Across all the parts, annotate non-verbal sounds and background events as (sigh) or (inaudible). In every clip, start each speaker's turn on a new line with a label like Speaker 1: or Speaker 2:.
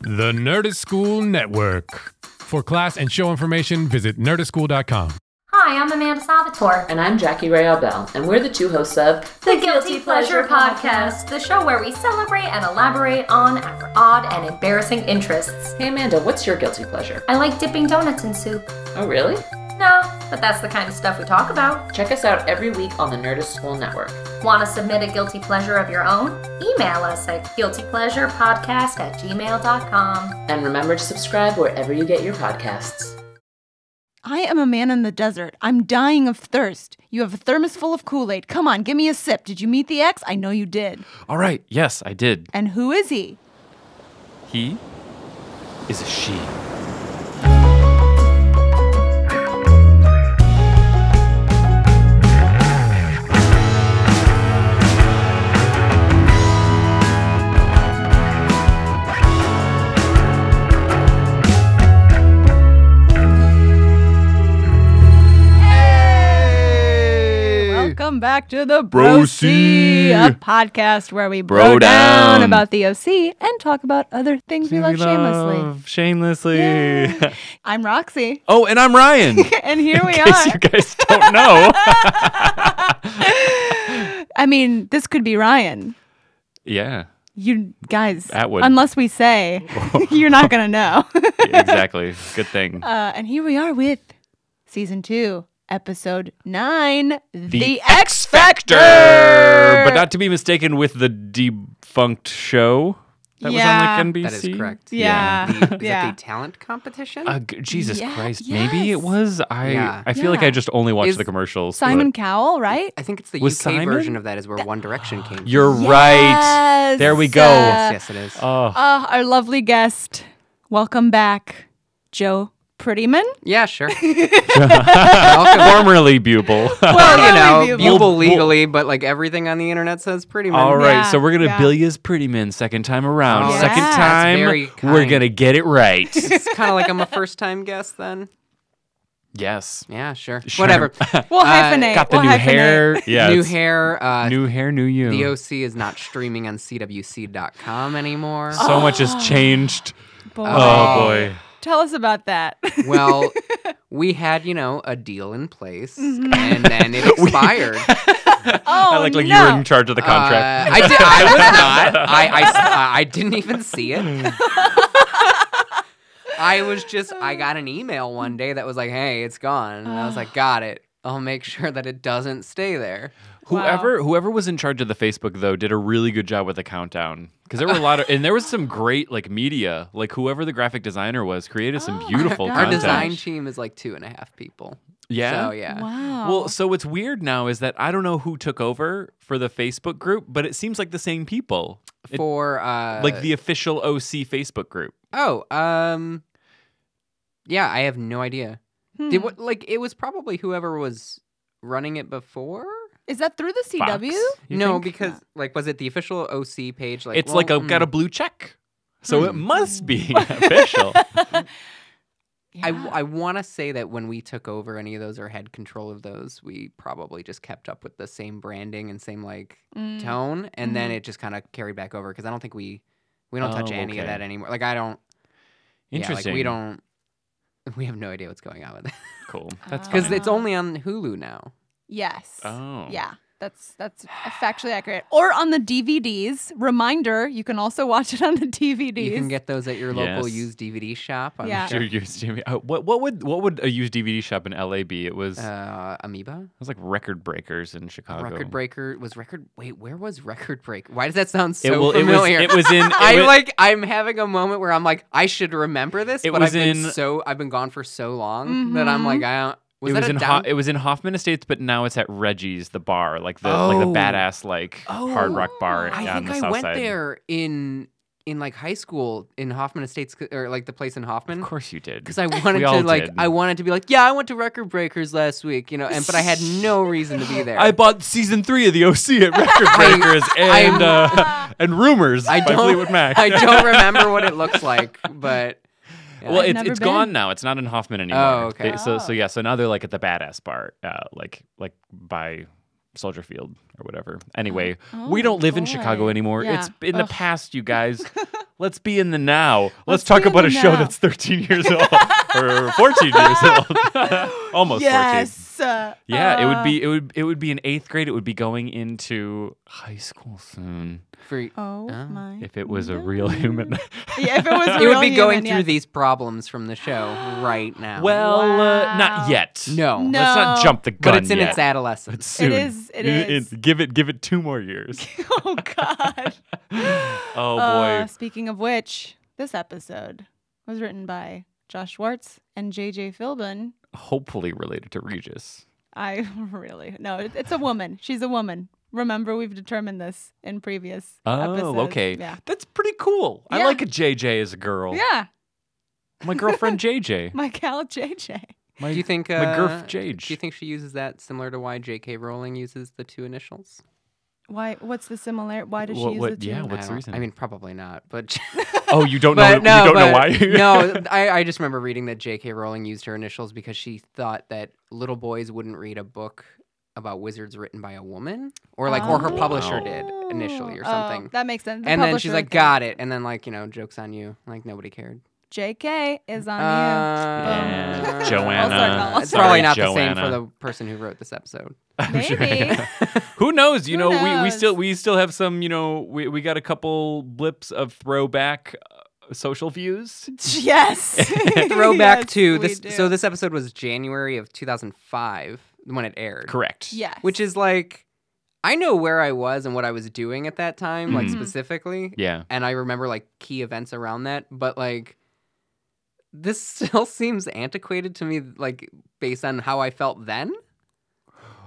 Speaker 1: The Nerdist School Network. For class and show information, visit nerdistschool.com.
Speaker 2: Hi, I'm Amanda Salvatore.
Speaker 3: And I'm Jackie Rayel Bell, and we're the two hosts of
Speaker 2: The Guilty Pleasure Podcast, the show where we celebrate and elaborate on our odd and embarrassing interests.
Speaker 3: Hey Amanda, what's your guilty pleasure?
Speaker 2: I like dipping donuts in soup.
Speaker 3: Oh, really?
Speaker 2: No, but that's the kind of stuff we talk about.
Speaker 3: Check us out every week on the Nerdist School Network.
Speaker 2: Want to submit a guilty pleasure of your own? Email us at guiltypleasurepodcast at gmail.com.
Speaker 3: And remember to subscribe wherever you get your podcasts.
Speaker 4: I am a man in the desert. I'm dying of thirst. You have a thermos full of Kool Aid. Come on, give me a sip. Did you meet the ex? I know you did.
Speaker 5: All right, yes, I did.
Speaker 4: And who is he?
Speaker 5: He is a she.
Speaker 4: Welcome back to the Bro C, a podcast where we bro,
Speaker 5: Bro
Speaker 4: down.
Speaker 5: down.
Speaker 4: about the OC and talk about other things we love shamelessly.
Speaker 5: Love shamelessly.
Speaker 4: Yay. I'm Roxy,
Speaker 5: (laughs)
Speaker 4: (laughs)
Speaker 5: oh, and I'm Ryan. (laughs) In
Speaker 4: and here we
Speaker 5: case
Speaker 4: are.
Speaker 5: you guys don't know.
Speaker 4: I mean, this could be Ryan. (laughs)
Speaker 5: yeah,
Speaker 4: You guys,
Speaker 5: Atwood.
Speaker 4: unless we (laughs) say, you're not going to know. (laughs)
Speaker 5: exactly. Good thing.
Speaker 4: Uh, and here we are with season two, episode nine, The,
Speaker 5: X Factor, but not to be mistaken with the defunct show that
Speaker 4: Yeah.
Speaker 5: was on like NBC.
Speaker 6: That is correct.
Speaker 4: (laughs) Yeah.
Speaker 6: (laughs) The- is
Speaker 4: Yeah.
Speaker 6: it the talent competition?
Speaker 5: Uh, g- Jesus
Speaker 4: Yeah,
Speaker 5: Christ, maybe
Speaker 4: yes.
Speaker 5: it was. I
Speaker 6: Yeah.
Speaker 5: I feel like
Speaker 4: Yeah.
Speaker 5: I just only watched
Speaker 6: Is
Speaker 5: the commercials.
Speaker 4: Simon
Speaker 5: but-
Speaker 4: Cowell, right?
Speaker 6: I think it's the UK
Speaker 5: Was Simon?
Speaker 6: version of that is where One Direction came from.
Speaker 5: You're right. There we
Speaker 4: Yes. (laughs)
Speaker 5: go.
Speaker 4: Uh,
Speaker 6: yes, yes, it is.
Speaker 5: oh,
Speaker 4: Uh, our lovely guest, welcome back, Joe
Speaker 5: (laughs)
Speaker 4: Prettyman. (laughs)
Speaker 6: yeah, sure. Welcome.
Speaker 5: formerly Buble.
Speaker 4: (laughs)
Speaker 5: (laughs)
Speaker 4: Well,
Speaker 6: Well, you know,
Speaker 4: Buble.
Speaker 6: Buble legally, but like everything on the internet says pretty much.
Speaker 5: All right,
Speaker 4: Yeah,
Speaker 5: so we're gonna
Speaker 4: yeah.
Speaker 5: bill you as pretty men second time around.
Speaker 4: Oh,
Speaker 5: second
Speaker 4: that's
Speaker 5: time,
Speaker 6: very
Speaker 5: we're
Speaker 6: kind.
Speaker 5: gonna get it right.
Speaker 4: (laughs)
Speaker 6: (laughs) It's kind of like I'm a first time guest then.
Speaker 5: yes.
Speaker 6: Yeah, sure.
Speaker 5: Sure.
Speaker 6: Whatever.
Speaker 4: We'll
Speaker 6: Uh,
Speaker 4: hyphenate.
Speaker 5: Got the
Speaker 4: we'll
Speaker 5: new
Speaker 4: hyphenate.
Speaker 5: hair. (laughs) Yes.
Speaker 6: New hair. Uh,
Speaker 5: New hair, new you.
Speaker 6: The OC is not streaming on CWC.com
Speaker 4: (laughs)
Speaker 6: anymore.
Speaker 5: so much
Speaker 6: Ah.
Speaker 5: has changed.
Speaker 4: Boy.
Speaker 5: Oh boy.
Speaker 4: Tell us about that. (laughs)
Speaker 6: Well, we had, you know, a deal in place
Speaker 4: Mm-hmm.
Speaker 6: and then
Speaker 5: (laughs)
Speaker 6: it expired.
Speaker 4: oh,
Speaker 5: I like like
Speaker 4: no.
Speaker 5: you were in charge of the contract.
Speaker 6: Uh, I did. I was
Speaker 5: (laughs)
Speaker 6: not. I, I s- uh, I didn't even see it. (laughs) I was just. I got an email one day that was like, "Hey, it's gone." And I was like, "Got it. I'll make sure that it doesn't stay there."
Speaker 5: whoever whoever was in charge of the Facebook though did a really good job with the countdown because there were a lot of and there was some great like media like whoever the graphic designer was created some beautiful
Speaker 4: gosh.
Speaker 6: Oh, Our
Speaker 5: content.
Speaker 6: design team is like two and a half people.
Speaker 5: Yeah.
Speaker 6: So yeah.
Speaker 4: Wow.
Speaker 5: Well, so what's weird now is that I don't know who took over for the Facebook group, but it seems like the same people. It-
Speaker 6: For uh,
Speaker 5: like the official OC Facebook group.
Speaker 6: oh um, yeah. I have no idea.
Speaker 4: Hmm.
Speaker 6: Did what? Like it was probably whoever was running it before.
Speaker 4: Is that through the
Speaker 5: Fox,
Speaker 4: CW?
Speaker 5: you
Speaker 6: no,
Speaker 5: think?
Speaker 6: because like, was it the official OC page? Like
Speaker 5: it's like
Speaker 6: well,
Speaker 5: I've got
Speaker 6: mm.
Speaker 5: a blue check, so it
Speaker 6: Hmm.
Speaker 5: must
Speaker 6: (laughs)
Speaker 5: be
Speaker 4: (laughs)
Speaker 5: (laughs) official.
Speaker 6: I,
Speaker 4: Yeah.
Speaker 6: w- I want to say that when we took over any of those or had control of those, we probably just kept up with the same branding and same like
Speaker 4: Mm.
Speaker 6: tone, and then it just kind of carried back over because I don't think we we don't touch
Speaker 5: Oh,
Speaker 6: any of that
Speaker 5: okay.
Speaker 6: anymore. Like I don't.
Speaker 5: Interesting.
Speaker 6: Yeah, like, we don't. (laughs) We have no idea what's going on with it
Speaker 5: Cool. That's
Speaker 4: Ah.
Speaker 6: because
Speaker 5: fine.
Speaker 6: it's only on Hulu now.
Speaker 4: Yes.
Speaker 5: Oh.
Speaker 4: Yeah. That's that's factually accurate. Or on the DVDs. Reminder, you can also watch it on the DVDs.
Speaker 6: You can get those at your local
Speaker 5: Yes.
Speaker 6: used DVD shop. I'm
Speaker 4: Yeah.
Speaker 5: Sure,
Speaker 6: sure.
Speaker 5: used DVD. Uh, what what would what would a used DVD shop in LA be? It was it
Speaker 6: (laughs) Uh, Amoeba,
Speaker 5: was like Record Breakers in Chicago.
Speaker 6: Record Breaker was Record. Wait, where was Record Break? Why does that sound so
Speaker 5: It, well, it was
Speaker 6: familiar?
Speaker 5: it was
Speaker 6: (laughs)
Speaker 5: in. It
Speaker 6: I
Speaker 5: was,
Speaker 6: like I'm having a moment where I'm like I should remember this,
Speaker 5: It
Speaker 6: but
Speaker 5: was
Speaker 6: I've been
Speaker 5: in-
Speaker 6: so I've been gone for so long that I'm
Speaker 4: Mm-hmm.
Speaker 6: like I don't. Was
Speaker 5: it
Speaker 6: that
Speaker 5: was
Speaker 6: a
Speaker 5: in
Speaker 6: down?
Speaker 5: Ho- it was in Hoffman Estates, but now it's at Reggie's, the bar, like the like the
Speaker 6: Oh.
Speaker 5: badass like hard rock bar
Speaker 6: I
Speaker 5: on
Speaker 6: think
Speaker 5: the
Speaker 6: I
Speaker 5: south
Speaker 6: went
Speaker 5: side.
Speaker 6: there in in like high school in Hoffman Estates or like the place in
Speaker 5: Of
Speaker 6: Hoffman
Speaker 5: course you did. (laughs)
Speaker 6: because I wanted
Speaker 5: all
Speaker 6: to like
Speaker 5: did.
Speaker 6: I wanted to be like yeah I went to Record Breakers last week you know and but I had no
Speaker 5: (laughs)
Speaker 6: reason to be there.
Speaker 5: I bought season three of the OC
Speaker 6: (laughs)
Speaker 5: at Record Breakers and uh, and Rumors
Speaker 6: I
Speaker 5: by
Speaker 6: don't-
Speaker 5: Fleetwood Mac.
Speaker 6: (laughs) I don't remember what it looks like, but
Speaker 5: well,
Speaker 4: I've
Speaker 5: it's,
Speaker 4: never
Speaker 5: it's gone
Speaker 4: been.
Speaker 5: now. It's not in Hoffman anymore.
Speaker 6: Oh, okay.
Speaker 5: They- so so yeah. So now they're like at the badass bar, uh, like like by Soldier Field or whatever. Anyway, we
Speaker 4: Oh,
Speaker 5: don't live in
Speaker 4: boy.
Speaker 5: Chicago anymore. It's
Speaker 4: Yeah.
Speaker 5: in the
Speaker 4: Ugh. (laughs)
Speaker 5: past, you guys. let's be in the now. Let's,
Speaker 4: Let's
Speaker 5: talk
Speaker 4: be in
Speaker 5: about
Speaker 4: the
Speaker 5: a show
Speaker 4: now."
Speaker 5: that's 13
Speaker 4: (laughs)
Speaker 5: years old or 14 years old. (laughs) Almost 14.
Speaker 4: yes. uh,
Speaker 5: Yeah, it would
Speaker 4: uh,
Speaker 5: be it would it would be in 8th grade. It would be going into high school soon
Speaker 6: For,
Speaker 4: Oh
Speaker 6: Oh,
Speaker 4: my.
Speaker 5: if it was a real human.
Speaker 4: Mm. Yeah, if it was.
Speaker 6: it
Speaker 4: real
Speaker 6: would be going
Speaker 4: human,
Speaker 6: through
Speaker 4: yes.
Speaker 6: these problems from the show right
Speaker 5: (laughs)
Speaker 6: now.
Speaker 5: well, uh, not
Speaker 4: Wow.
Speaker 5: yet.
Speaker 6: no,
Speaker 4: No.
Speaker 5: Let's not jump the gun
Speaker 6: but it's in
Speaker 5: yet.
Speaker 6: its adolescence.
Speaker 5: Soon.
Speaker 4: is- it
Speaker 5: You-
Speaker 4: is.
Speaker 5: it- give it give it two more years.
Speaker 4: oh God.
Speaker 5: Oh boy.
Speaker 4: (laughs) Uh, speaking of which, this episode was written by Josh Schwartz and JJ Philbin.
Speaker 5: Hopefully related to Regis.
Speaker 4: I (laughs) really no, it- it's a woman. She's a woman. Remember, we've determined this in previous
Speaker 5: Oh,
Speaker 4: episodes.
Speaker 5: okay.
Speaker 4: Yeah.
Speaker 5: That's pretty cool. I
Speaker 4: Yeah.
Speaker 5: like a JJ as a girl.
Speaker 4: Yeah, (laughs)
Speaker 5: My girlfriend JJ.
Speaker 4: my gal JJ.
Speaker 5: My,
Speaker 6: Do you think uh,
Speaker 5: my girf JJ.
Speaker 6: Do you think she uses that similar to why J.K. Rowling uses the two initials?
Speaker 4: Why? What's the similarity? Why does
Speaker 5: What-
Speaker 4: she use
Speaker 5: what-
Speaker 4: the two?
Speaker 5: yeah, what- What's
Speaker 6: I
Speaker 5: the
Speaker 6: don't-
Speaker 5: reason?
Speaker 6: I mean, probably not, but
Speaker 5: (laughs)
Speaker 6: (laughs)
Speaker 5: Oh, you don't know.
Speaker 6: but no,
Speaker 5: you don't know why.
Speaker 6: but-
Speaker 4: (laughs)
Speaker 5: (laughs)
Speaker 6: (laughs) no, I, I just remember reading that J.K. Rowling used her initials because she thought that little boys wouldn't read a book about wizards written by a woman, or like, or her
Speaker 4: Oh.
Speaker 6: publisher did initially, or
Speaker 4: Oh,
Speaker 6: something.
Speaker 4: that makes sense. The
Speaker 6: and then she's
Speaker 4: publisher
Speaker 6: like,
Speaker 4: thing.
Speaker 6: "Got it," and then like, you know, jokes on you. Like nobody cared.
Speaker 4: JK is on
Speaker 5: Yeah,
Speaker 6: Uh,
Speaker 4: Um,
Speaker 5: Joanna.
Speaker 4: (laughs) I'll circle. I'll
Speaker 6: It's
Speaker 4: circle.
Speaker 6: Oh, probably not the same for
Speaker 5: Joanna.
Speaker 6: the person who wrote
Speaker 4: (laughs)
Speaker 6: this episode.
Speaker 5: (laughs)
Speaker 4: you. Maybe.
Speaker 5: Who knows? You
Speaker 4: Who
Speaker 5: know, we we
Speaker 4: knows?
Speaker 5: still we still have some. You know, we we got a couple blips of throwback uh, social views.
Speaker 4: (laughs) yes.
Speaker 6: (laughs) Throwback
Speaker 4: Yes,
Speaker 6: to
Speaker 4: we
Speaker 6: this.
Speaker 4: do.
Speaker 6: So this episode was January of 2005 when it aired.
Speaker 5: Correct.
Speaker 4: Yes.
Speaker 6: Which is like, I know where I was and what I was doing at that time, like
Speaker 5: Mhm.
Speaker 6: specifically,
Speaker 5: Yeah.
Speaker 6: and I remember like key events around that. But like, this (laughs) still seems antiquated to me, like based on how I felt then.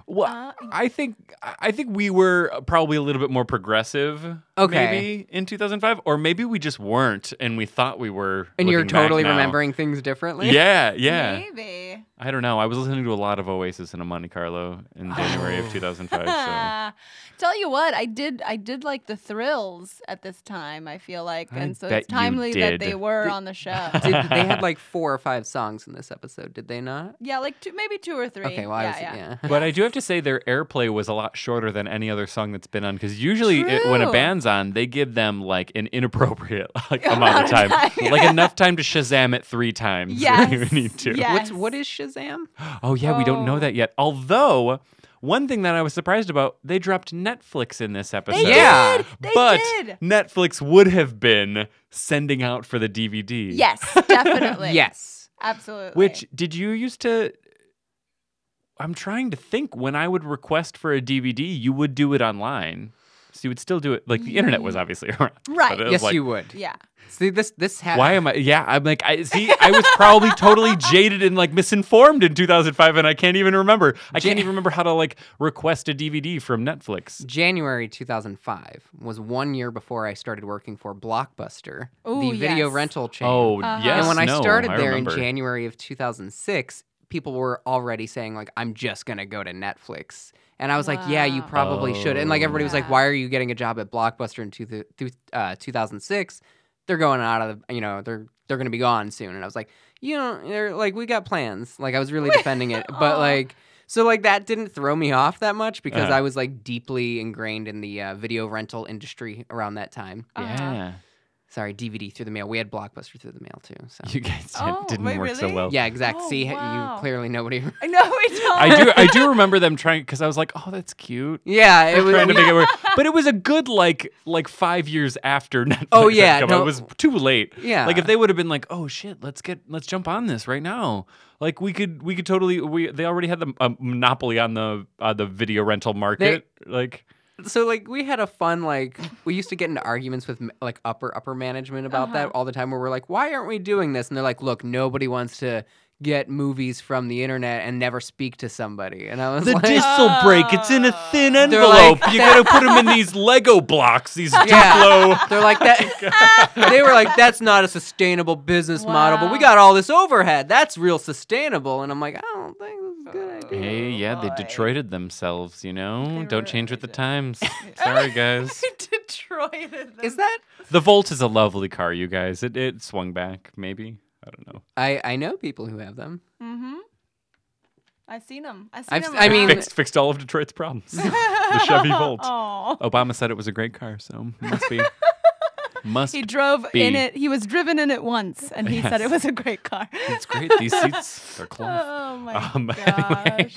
Speaker 5: Well,
Speaker 4: Uh,
Speaker 5: I think I think we were probably a little bit more progressive.
Speaker 6: Okay.
Speaker 5: Maybe in 2005, or maybe we just weren't, and we thought we were.
Speaker 6: And you're
Speaker 5: looking back
Speaker 6: totally
Speaker 5: now. (laughs)
Speaker 6: remembering things differently.
Speaker 5: Yeah, yeah.
Speaker 4: Maybe.
Speaker 5: I don't know. I was listening to a lot of Oasis and a Monte Carlo in January
Speaker 4: (laughs)
Speaker 5: of 2005.
Speaker 4: Tell you what, I did. I did like the thrills at this time. I feel like,
Speaker 5: I
Speaker 4: and so
Speaker 5: bet
Speaker 4: it's
Speaker 5: you
Speaker 4: timely that
Speaker 5: did.
Speaker 4: they were on the show.
Speaker 6: (laughs) Did, they
Speaker 5: (laughs)
Speaker 6: had like four or five songs in this episode, did they not?
Speaker 4: yeah, like two, maybe two or three.
Speaker 6: Okay, well, I
Speaker 4: yeah,
Speaker 6: was,
Speaker 4: yeah.
Speaker 6: yeah.
Speaker 5: So. But I do have to say their airplay was a lot shorter than any other song that's been on because usually it, when a
Speaker 4: True.
Speaker 5: band's on, they give them like an inappropriate (laughs) like, amount
Speaker 4: Amount
Speaker 5: of
Speaker 4: of
Speaker 5: time,
Speaker 4: time.
Speaker 5: like enough time to Shazam it three times. if you
Speaker 4: Yes,
Speaker 5: need
Speaker 4: (laughs)
Speaker 5: to.
Speaker 4: yes.
Speaker 6: What's what is Shazam?
Speaker 5: Oh yeah, we don't know
Speaker 4: Oh.
Speaker 5: that yet. Although one thing that I was surprised about, they dropped Netflix in this episode.
Speaker 4: They
Speaker 6: Yeah,
Speaker 4: did. They
Speaker 5: but
Speaker 4: did.
Speaker 5: Netflix would have been sending out for the DVD.
Speaker 4: Yes, definitely.
Speaker 6: (laughs) Yes.
Speaker 4: absolutely.
Speaker 5: Which did you used to? I'm trying to think when I would request for a DVD, you would do it online. So you would still do it. Like the internet was obviously (laughs) around.
Speaker 4: Right.
Speaker 5: but it was
Speaker 6: Yes,
Speaker 5: like,
Speaker 6: you would.
Speaker 4: Yeah.
Speaker 6: See this this ha-
Speaker 5: Why am I? Yeah, I'm like, I see, I was probably totally jaded and like misinformed in 2005, and I can't even remember. I can't
Speaker 6: Ja-
Speaker 5: even remember how to like request a DVD from Netflix.
Speaker 6: January 2005 was one year before I started working for Blockbuster,
Speaker 4: Ooh,
Speaker 6: the video
Speaker 4: yes.
Speaker 6: rental chain.
Speaker 5: Oh,
Speaker 4: Uh-huh.
Speaker 5: yes.
Speaker 6: and when
Speaker 5: no,
Speaker 6: I started there
Speaker 5: remember.
Speaker 6: in January of 2006, people were already saying like, "I'm just gonna go to Netflix," and I was like, "Yeah, you
Speaker 4: Wow.
Speaker 6: probably should." And like everybody was like,
Speaker 5: Oh.
Speaker 4: Yeah.
Speaker 6: "Why are you getting a job at Blockbuster in two th- th- uh, 2006? They're going out of the, you know, they're they're gonna be gone soon." And I was like, "You know, they're like, we got plans." Like I was really defending it,
Speaker 5: (laughs)
Speaker 6: but
Speaker 4: Aw.
Speaker 6: like. So like that didn't throw me off that much because
Speaker 5: Uh-huh.
Speaker 6: I was like deeply ingrained in the uh, video rental industry around that time.
Speaker 5: Yeah.
Speaker 4: Uh-huh.
Speaker 6: Sorry, DVD through the mail. We had Blockbuster through the mail too. So
Speaker 5: You guys did,
Speaker 4: Oh,
Speaker 5: didn't
Speaker 4: wait,
Speaker 5: work so
Speaker 4: really?
Speaker 5: well.
Speaker 6: yeah, exactly.
Speaker 4: Oh,
Speaker 6: See, h-
Speaker 4: wow.
Speaker 6: you clearly know what he. (laughs)
Speaker 4: I know we don't.
Speaker 5: I do. I do remember them trying because I was like, "Oh, that's cute."
Speaker 6: Yeah, (laughs) it was.
Speaker 5: Trying to make it work, but it was a good like like five years after Netflix.
Speaker 6: Oh,
Speaker 5: had
Speaker 6: yeah,
Speaker 5: come out.
Speaker 6: no.
Speaker 5: it was too late.
Speaker 6: Yeah.
Speaker 5: like if they would have been like, "Oh shit, let's get let's jump on this right now." Like we could we could totally we they already had the a monopoly on the uh, the video rental market.
Speaker 6: (laughs)
Speaker 5: like
Speaker 6: so like we had a fun (laughs) like we used to get into arguments with m- like upper upper management about
Speaker 4: Uh-huh.
Speaker 6: that all the time where we're like, why aren't we doing this? And they're like, look, nobody wants to get movies from the internet and never speak to somebody. And I was
Speaker 5: the
Speaker 6: like, (laughs)
Speaker 5: distal break, it's in a thin
Speaker 6: They're
Speaker 5: envelope.
Speaker 6: like,
Speaker 5: you gotta put them in these Lego blocks,
Speaker 6: (laughs)
Speaker 5: these Duplo.
Speaker 6: They're like (laughs) that. they were like, "That's not a sustainable business model." But we
Speaker 4: Wow.
Speaker 6: got all this overhead. That's real sustainable. And I'm like, I don't think this is a good idea.
Speaker 5: Hey, yeah, they
Speaker 4: boy.
Speaker 5: Detroited themselves, you know?
Speaker 4: They
Speaker 5: Don't change with the
Speaker 4: really did.
Speaker 6: (laughs)
Speaker 5: times. Sorry, guys.
Speaker 4: (laughs) Detroit.
Speaker 6: Is that?
Speaker 5: The Volt is a lovely car, you guys. It, it swung back, maybe. I don't know.
Speaker 6: I I know people who have them.
Speaker 4: Mm-hmm. I've seen them. I've seen
Speaker 6: I've-
Speaker 4: them.
Speaker 6: I mean-
Speaker 5: Fixed, fixed all of
Speaker 4: (laughs)
Speaker 5: Detroit's problems. (laughs) the Chevy Volt.
Speaker 4: Oh. (laughs)
Speaker 5: Obama said it was a great car, so must be. Must
Speaker 4: He drove
Speaker 5: be.
Speaker 4: in it. He was driven in it once, and he said it was a great
Speaker 6: (laughs)
Speaker 4: car.
Speaker 5: It's great. These seats are cloth.
Speaker 4: (laughs) Oh my
Speaker 5: Um, (laughs)
Speaker 4: gosh.
Speaker 5: anyway,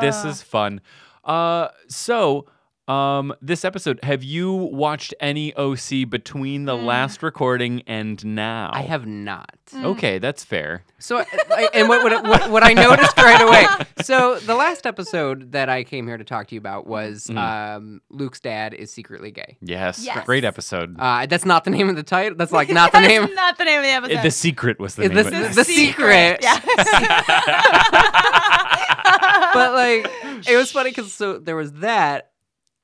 Speaker 5: this is fun. Uh, so, um, this episode, have you watched any OC between
Speaker 4: Hmm.
Speaker 5: the last recording and now?
Speaker 6: I have not.
Speaker 5: Okay, that's fair.
Speaker 6: So, I- I, and what, what, what, what I noticed
Speaker 4: (laughs)
Speaker 6: right away. So, the last episode that I came here to talk to you about was
Speaker 4: Mm.
Speaker 6: um, Luke's dad is secretly gay.
Speaker 5: Yes,
Speaker 4: Yes.
Speaker 5: great episode.
Speaker 6: Uh, that's not the name of the title. That's like (laughs)
Speaker 4: (laughs)
Speaker 6: not the name.
Speaker 4: Not the name of the
Speaker 5: Uh,
Speaker 4: episode.
Speaker 5: the secret was the
Speaker 6: It-
Speaker 5: name.
Speaker 6: this
Speaker 5: of
Speaker 6: is
Speaker 4: (laughs)
Speaker 5: it.
Speaker 6: the secret. (laughs) but like,
Speaker 4: (laughs)
Speaker 6: it was funny because so there was that,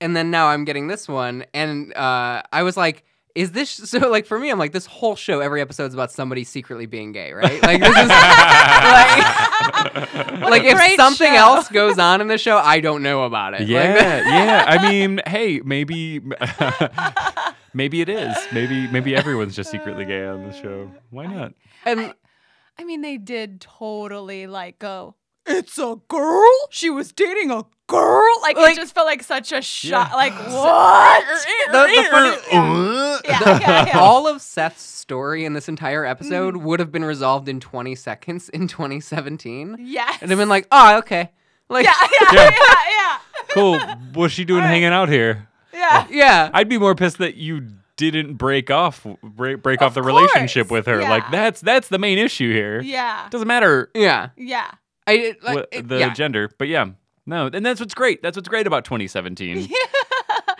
Speaker 6: and then now I'm getting this one, and uh, I was like. Is this (laughs) so? Like for me, I'm like this whole show. Every episode's about somebody secretly being gay, right? Like this
Speaker 4: (laughs)
Speaker 6: is like, like if
Speaker 4: great
Speaker 6: something
Speaker 4: show.
Speaker 6: else goes on in the show, I don't know about it. Like,
Speaker 5: Yeah, yeah. I mean, hey, maybe, (laughs) maybe it is. Maybe, maybe everyone's just secretly gay on the show. Why not?
Speaker 6: (laughs) and
Speaker 4: I mean, they did totally like go. It's a girl. She was dating a girl. Like, it just felt like such a shot.
Speaker 6: (laughs)
Speaker 4: Like what?
Speaker 6: the, the first,
Speaker 4: (laughs) yeah, yeah,
Speaker 5: (laughs)
Speaker 6: (laughs)
Speaker 4: yeah.
Speaker 6: all of Seth's story in this entire episode
Speaker 4: Mm.
Speaker 6: would have been resolved in 20 seconds in 2017.
Speaker 4: Yes.
Speaker 6: And I've been like, oh, okay. Like,
Speaker 4: yeah, (laughs) yeah, yeah, yeah,
Speaker 5: Cool. What's she doing hanging out here?
Speaker 4: yeah.
Speaker 6: (laughs) (laughs) yeah. Oh.
Speaker 5: I'd be more pissed that you didn't break off break, break off the
Speaker 4: course,
Speaker 5: relationship with her. Like
Speaker 4: yeah.
Speaker 5: that's that's the main issue here.
Speaker 4: Yeah.
Speaker 5: Doesn't matter
Speaker 6: yeah.
Speaker 4: Yeah.
Speaker 6: I, it- like,
Speaker 5: what,
Speaker 6: it-
Speaker 5: the
Speaker 6: yeah.
Speaker 5: gender, but yeah. No, and that's what's great. That's what's great about
Speaker 6: (laughs)
Speaker 5: 2017.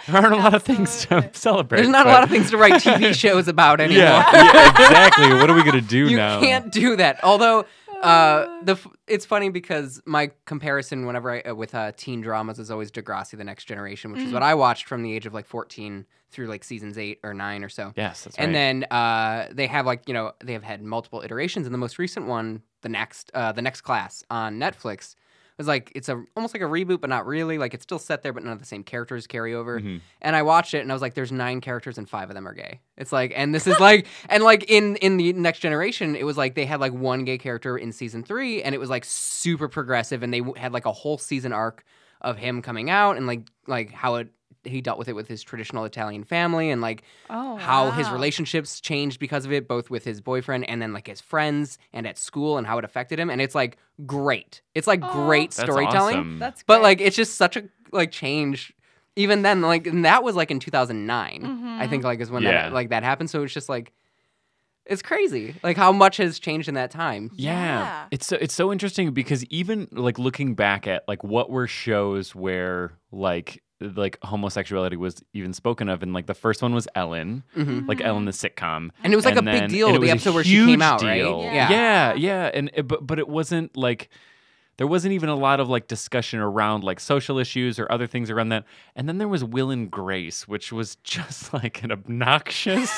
Speaker 5: there aren't a lot of things to celebrate.
Speaker 6: There's not a lot of
Speaker 5: but-
Speaker 6: things to write
Speaker 5: (laughs)
Speaker 6: TV shows about anymore.
Speaker 5: Yeah, (laughs) yeah, exactly. What are we gonna do
Speaker 6: you
Speaker 5: now?
Speaker 6: can't do that. Although uh, the f- it's funny because my comparison whenever I uh, with uh, teen dramas is always Degrassi: The Next Generation,
Speaker 4: Mm.
Speaker 6: which is what I watched from the age of like 14 through like seasons eight or nine or so.
Speaker 5: Yes, that's
Speaker 6: and
Speaker 5: right.
Speaker 6: then uh, they have like you know they have had multiple iterations, and the most recent one, the next uh, the next class on Netflix, was like it's a almost like a reboot, but not really. Like it's still set there, but none of the same characters carry over.
Speaker 5: Mm-hmm.
Speaker 6: And I watched it, and I was like, "There's nine characters, and five of them are gay." It's like, and this is like, (laughs) and like in in the Next Generation, it was like they had like one gay character in season three, and it was like super progressive, and they w- had like a whole season arc of him coming out and like like how it he dealt with it with his traditional Italian family and like
Speaker 4: Oh,
Speaker 6: how his
Speaker 4: wow.
Speaker 6: relationships changed because of it, both with his boyfriend and then like his friends and at school and how it affected him. And it's like great. It's like great
Speaker 5: That's
Speaker 6: storytelling.
Speaker 5: awesome.
Speaker 4: That's
Speaker 6: But
Speaker 4: great.
Speaker 6: like it's just such a like change. Even then, like and that was like in two I think like is when
Speaker 5: Yeah.
Speaker 6: that like that happened. So it's just like it's crazy. Like how much has changed in that time.
Speaker 5: Yeah.
Speaker 4: Yeah.
Speaker 5: It's so it's so interesting because even like looking back at like what were shows where like like homosexuality was even spoken of and like the first one was Ellen, like Ellen the
Speaker 6: Mm-hmm.
Speaker 5: sitcom.
Speaker 6: And it was like
Speaker 5: And
Speaker 6: a
Speaker 5: then-
Speaker 6: big deal,
Speaker 5: and it
Speaker 6: the
Speaker 5: was a
Speaker 6: episode where she
Speaker 5: huge
Speaker 6: came out,
Speaker 5: deal.
Speaker 6: right?
Speaker 5: Yeah. yeah, And it, but but it wasn't like there wasn't even a lot of like discussion around like social issues or other things around that. And then there was Will and Grace, which was (laughs) just like an obnoxious,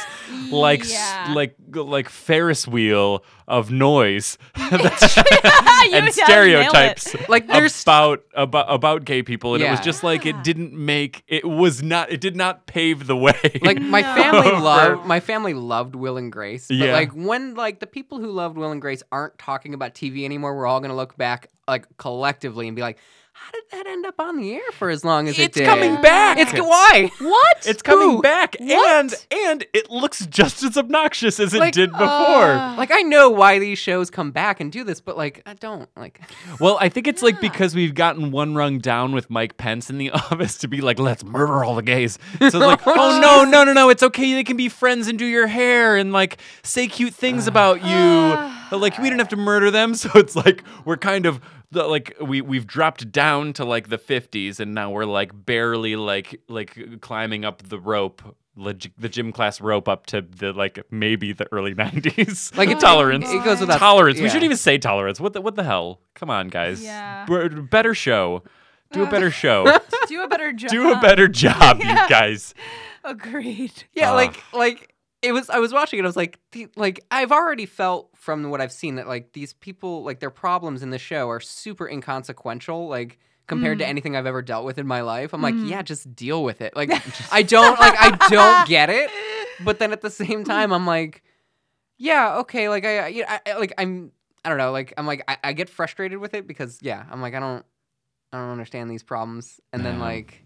Speaker 5: like s-
Speaker 4: Yeah.
Speaker 5: like like Ferris wheel of
Speaker 6: (laughs)
Speaker 5: noise
Speaker 4: (laughs)
Speaker 5: (laughs)
Speaker 4: You- yeah, you nailed
Speaker 5: and
Speaker 4: it.
Speaker 5: stereotypes
Speaker 6: Like there's
Speaker 5: about about about gay people, and it was
Speaker 6: Yeah.
Speaker 5: just like it didn't make it was not it did not pave the way. (laughs)
Speaker 6: Like my family
Speaker 5: No.
Speaker 6: loved my family loved Will and Grace. But
Speaker 5: Yeah.
Speaker 6: like when like the people who loved Will and Grace aren't talking about TV anymore, we're all gonna look back like collectively and be like, how did that end up on the air for as long as it
Speaker 5: it's
Speaker 6: did?
Speaker 5: coming back.
Speaker 6: It's why?
Speaker 4: What?
Speaker 5: It's coming
Speaker 6: Who?
Speaker 5: back, and
Speaker 6: What?
Speaker 5: and it looks just as obnoxious as it
Speaker 6: Like, uh,
Speaker 5: did before.
Speaker 6: Like I know why these shows come back and do this, but like I don't like.
Speaker 5: well, I think it's like because we've gotten one rung down with Mike Pence in the (laughs) office to be like, let's murder all the gays. So it's like, oh
Speaker 6: (laughs)
Speaker 5: no, no, no, no, it's okay. They can be friends and do your hair and like say cute
Speaker 6: (sighs)
Speaker 5: things about you. But, like we didn't have to murder them. (laughs) So it's like we're kind of the- like we we've dropped down to like the 50s and now we're like barely like like climbing up the rope. leg- The gym class rope up to the like maybe the early 90s. (laughs)
Speaker 6: Like, it-
Speaker 5: tolerance.
Speaker 6: it goes without-
Speaker 5: tolerance. We
Speaker 6: yeah.
Speaker 5: shouldn't even say tolerance. What the what the hell? Come on, guys.
Speaker 4: Yeah.
Speaker 5: B- better show. Do
Speaker 4: (laughs)
Speaker 5: a better show.
Speaker 4: Do a
Speaker 6: (laughs)
Speaker 4: better job.
Speaker 5: Do a better job, you guys.
Speaker 4: Agreed.
Speaker 6: Yeah,
Speaker 5: Ah.
Speaker 6: like like it was. I was watching it. I was like, the, like I've already felt from what I've seen that like these people, like their problems in the show are super inconsequential. Like compared to anything I've ever dealt with in my life, I'm like, yeah, just deal with it. Like (laughs) I don't like I don't get it. But then at the same time, I'm like, yeah, okay. Like I, I- you know, I, I- like I'm. I don't know. Like I'm like I, I get frustrated with it because yeah, I'm like I don't, I don't understand these problems. And then
Speaker 5: No.
Speaker 6: like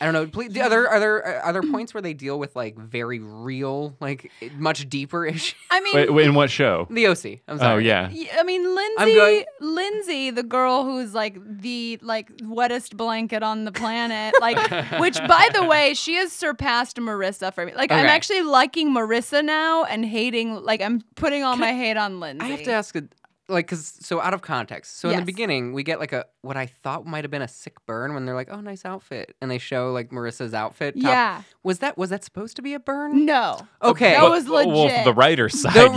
Speaker 6: I don't know. Please, are there are there are there uh, points where they deal with like very real, like much deeper (laughs) issues?
Speaker 4: I mean,
Speaker 5: Wait, wait, in what show?
Speaker 6: The OC. I'm sorry.
Speaker 5: Oh yeah.
Speaker 4: Y- I mean, Lindsay,
Speaker 6: going-
Speaker 4: Lindsay, the girl who's like the like wettest blanket on the planet,
Speaker 6: (laughs)
Speaker 4: like which by the way, she has surpassed Marissa for me. Like I'm
Speaker 6: Okay.
Speaker 4: actually liking Marissa now and hating like I'm putting all my hate on Lindsay.
Speaker 6: I have to ask, a, like, because so out of context. So in
Speaker 4: Yes.
Speaker 6: the beginning, we get like a what I thought might have been a sick burn when they're like, "Oh, nice outfit," and they show like Marissa's outfit. top-
Speaker 4: Yeah.
Speaker 6: Was that was that supposed to be a burn?
Speaker 4: No.
Speaker 6: Okay.
Speaker 4: That
Speaker 5: But-
Speaker 4: was
Speaker 5: Well,
Speaker 4: legit.
Speaker 5: the writer's side.
Speaker 6: The
Speaker 5: (laughs)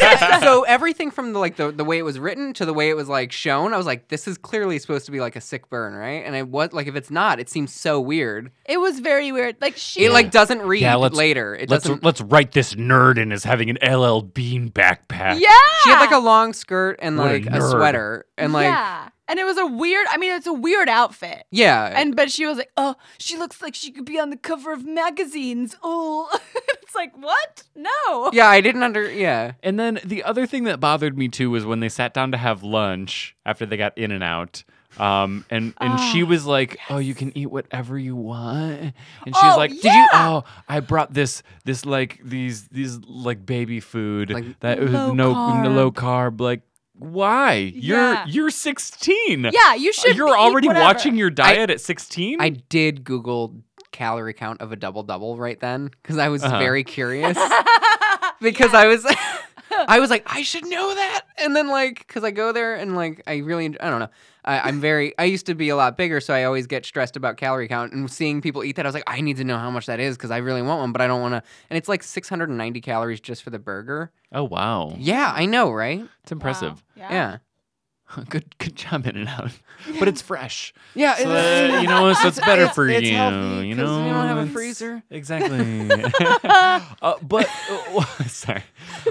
Speaker 4: (laughs)
Speaker 6: rest- on the right- so everything from the like the, the way it was written to the way it was like shown, I was like, this is clearly supposed to be like a sick burn, right? And I was like, if it's not, it seems so weird.
Speaker 4: It was very weird. Like she
Speaker 6: It like doesn't read
Speaker 5: Yeah, let's-
Speaker 6: later. It
Speaker 5: Let's
Speaker 6: doesn't.
Speaker 5: let's write this nerd in as having an LL Bean backpack.
Speaker 4: Yeah.
Speaker 6: she had like a long skirt and
Speaker 5: What a
Speaker 6: like a,
Speaker 5: nerd.
Speaker 6: sweater and like yeah.
Speaker 4: Yeah. And it was a weird I mean, it's a weird outfit. And but she was like, "Oh, she looks like she could be on the cover of magazines." (laughs) Oh, it's like what? No.
Speaker 6: yeah, I didn't under. Yeah,
Speaker 5: And then the other thing that bothered me too was when they sat down to have lunch after they got in and out. Um, and and
Speaker 4: Ah,
Speaker 5: she was like, "Oh, you can eat whatever you want." And she was
Speaker 4: Oh,
Speaker 5: like, "Did you?
Speaker 4: yeah.
Speaker 5: Oh, I brought this this like these these like baby food
Speaker 6: Like-
Speaker 5: that was
Speaker 4: Low
Speaker 5: no
Speaker 4: carb.
Speaker 5: no low carb. Like, why?
Speaker 4: Yeah.
Speaker 5: You're you're 16.
Speaker 4: Yeah, you should.
Speaker 5: You're
Speaker 4: eat
Speaker 5: already
Speaker 4: whatever. (laughs)
Speaker 5: watching your diet at 16.
Speaker 6: I did Google calorie count of a double double right then because I was
Speaker 5: Uh-huh.
Speaker 4: (laughs)
Speaker 6: very curious because I was. (laughs) I was like, I should know that, and then like, because I go there and like, I really, I don't know, I, I'm very. I used to be a lot bigger, so I always get stressed about calorie count. And seeing people eat that, I was like, I need to know how much that is because I really want one, but I don't want to. And it's like 690 calories just for the burger.
Speaker 5: oh wow,
Speaker 6: Yeah, I know, right?
Speaker 5: it's impressive. (laughs)
Speaker 4: Wow. Yeah.
Speaker 6: Yeah,
Speaker 5: Good good job in
Speaker 4: (laughs)
Speaker 5: and out, but it's fresh.
Speaker 6: yeah.
Speaker 5: So,
Speaker 6: it's- (laughs)
Speaker 5: uh, you know, so it's better for
Speaker 6: it's
Speaker 5: you.
Speaker 6: healthy
Speaker 5: you
Speaker 6: 'cause
Speaker 5: know,
Speaker 6: we don't have a
Speaker 5: it's-
Speaker 6: freezer.
Speaker 5: Exactly.
Speaker 6: (laughs)
Speaker 5: uh, but (laughs) uh, sorry,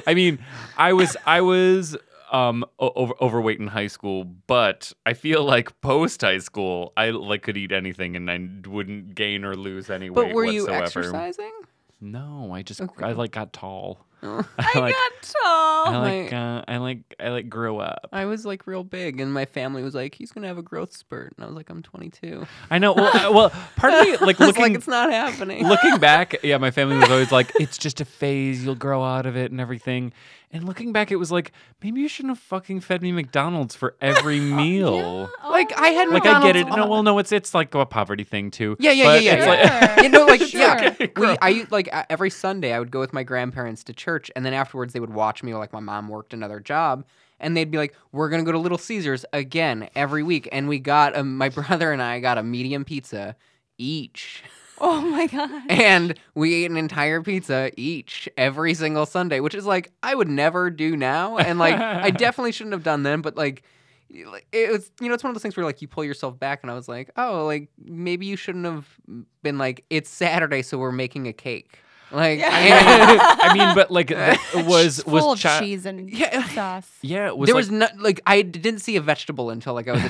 Speaker 5: I mean, I was I was um o- over, overweight in high school, but I feel like post high school, I like could eat anything and I wouldn't gain or lose any
Speaker 6: but
Speaker 5: weight
Speaker 6: were you
Speaker 5: whatsoever.
Speaker 6: exercising?
Speaker 5: No, I just
Speaker 6: Okay.
Speaker 5: I like got tall.
Speaker 6: Oh.
Speaker 5: (laughs) I like
Speaker 4: Got tall.
Speaker 5: I like
Speaker 6: my-
Speaker 5: uh, I like I like grew up.
Speaker 6: I was like real big, and my family was like, "He's gonna have a growth spurt," and I was like, "I'm (laughs) 22."
Speaker 5: I know. Well, I- well, part of me like
Speaker 6: (laughs) I was
Speaker 5: looking
Speaker 6: like, "It's not happening."
Speaker 5: looking back, yeah, my family was always like, it's just a phase, you'll grow out of it and everything. And looking back, it was like, maybe you shouldn't have fucking fed me McDonald's for
Speaker 6: (laughs)
Speaker 5: every meal.
Speaker 6: like I had
Speaker 5: Like I get it.
Speaker 6: McDonald's
Speaker 5: No,
Speaker 6: on-
Speaker 5: well, no, it's it's like a poverty thing too.
Speaker 6: Yeah, yeah,
Speaker 5: But
Speaker 6: yeah,
Speaker 5: it's
Speaker 6: yeah.
Speaker 5: like-
Speaker 6: yeah. (laughs) you know, like yeah,
Speaker 5: Sure.
Speaker 6: we, I u- like uh, every Sunday I would go with my grandparents to church, and then afterwards they would watch me. Like my mom worked another job, and they'd be like, "We're gonna go to Little Caesars again every week," and we got um, my (laughs) brother and I got a medium pizza each.
Speaker 4: Oh my god.
Speaker 6: And we ate an entire pizza each every single Sunday, which is like I would never do now, and like
Speaker 5: (laughs)
Speaker 6: I definitely shouldn't have done then. But like, it was you know it's one of those things where like you pull yourself back, and I was like, oh, like maybe you shouldn't have been like it's Saturday, so we're making a cake.
Speaker 5: (laughs)
Speaker 6: Like, and-
Speaker 5: I mean, but like
Speaker 6: (laughs)
Speaker 5: that was was
Speaker 4: Full of
Speaker 5: chi-
Speaker 4: cheese and
Speaker 6: Yeah.
Speaker 4: sauce.
Speaker 5: Yeah, it was
Speaker 6: there
Speaker 5: like, Oh,
Speaker 6: was no like I didn't see a vegetable until like I was a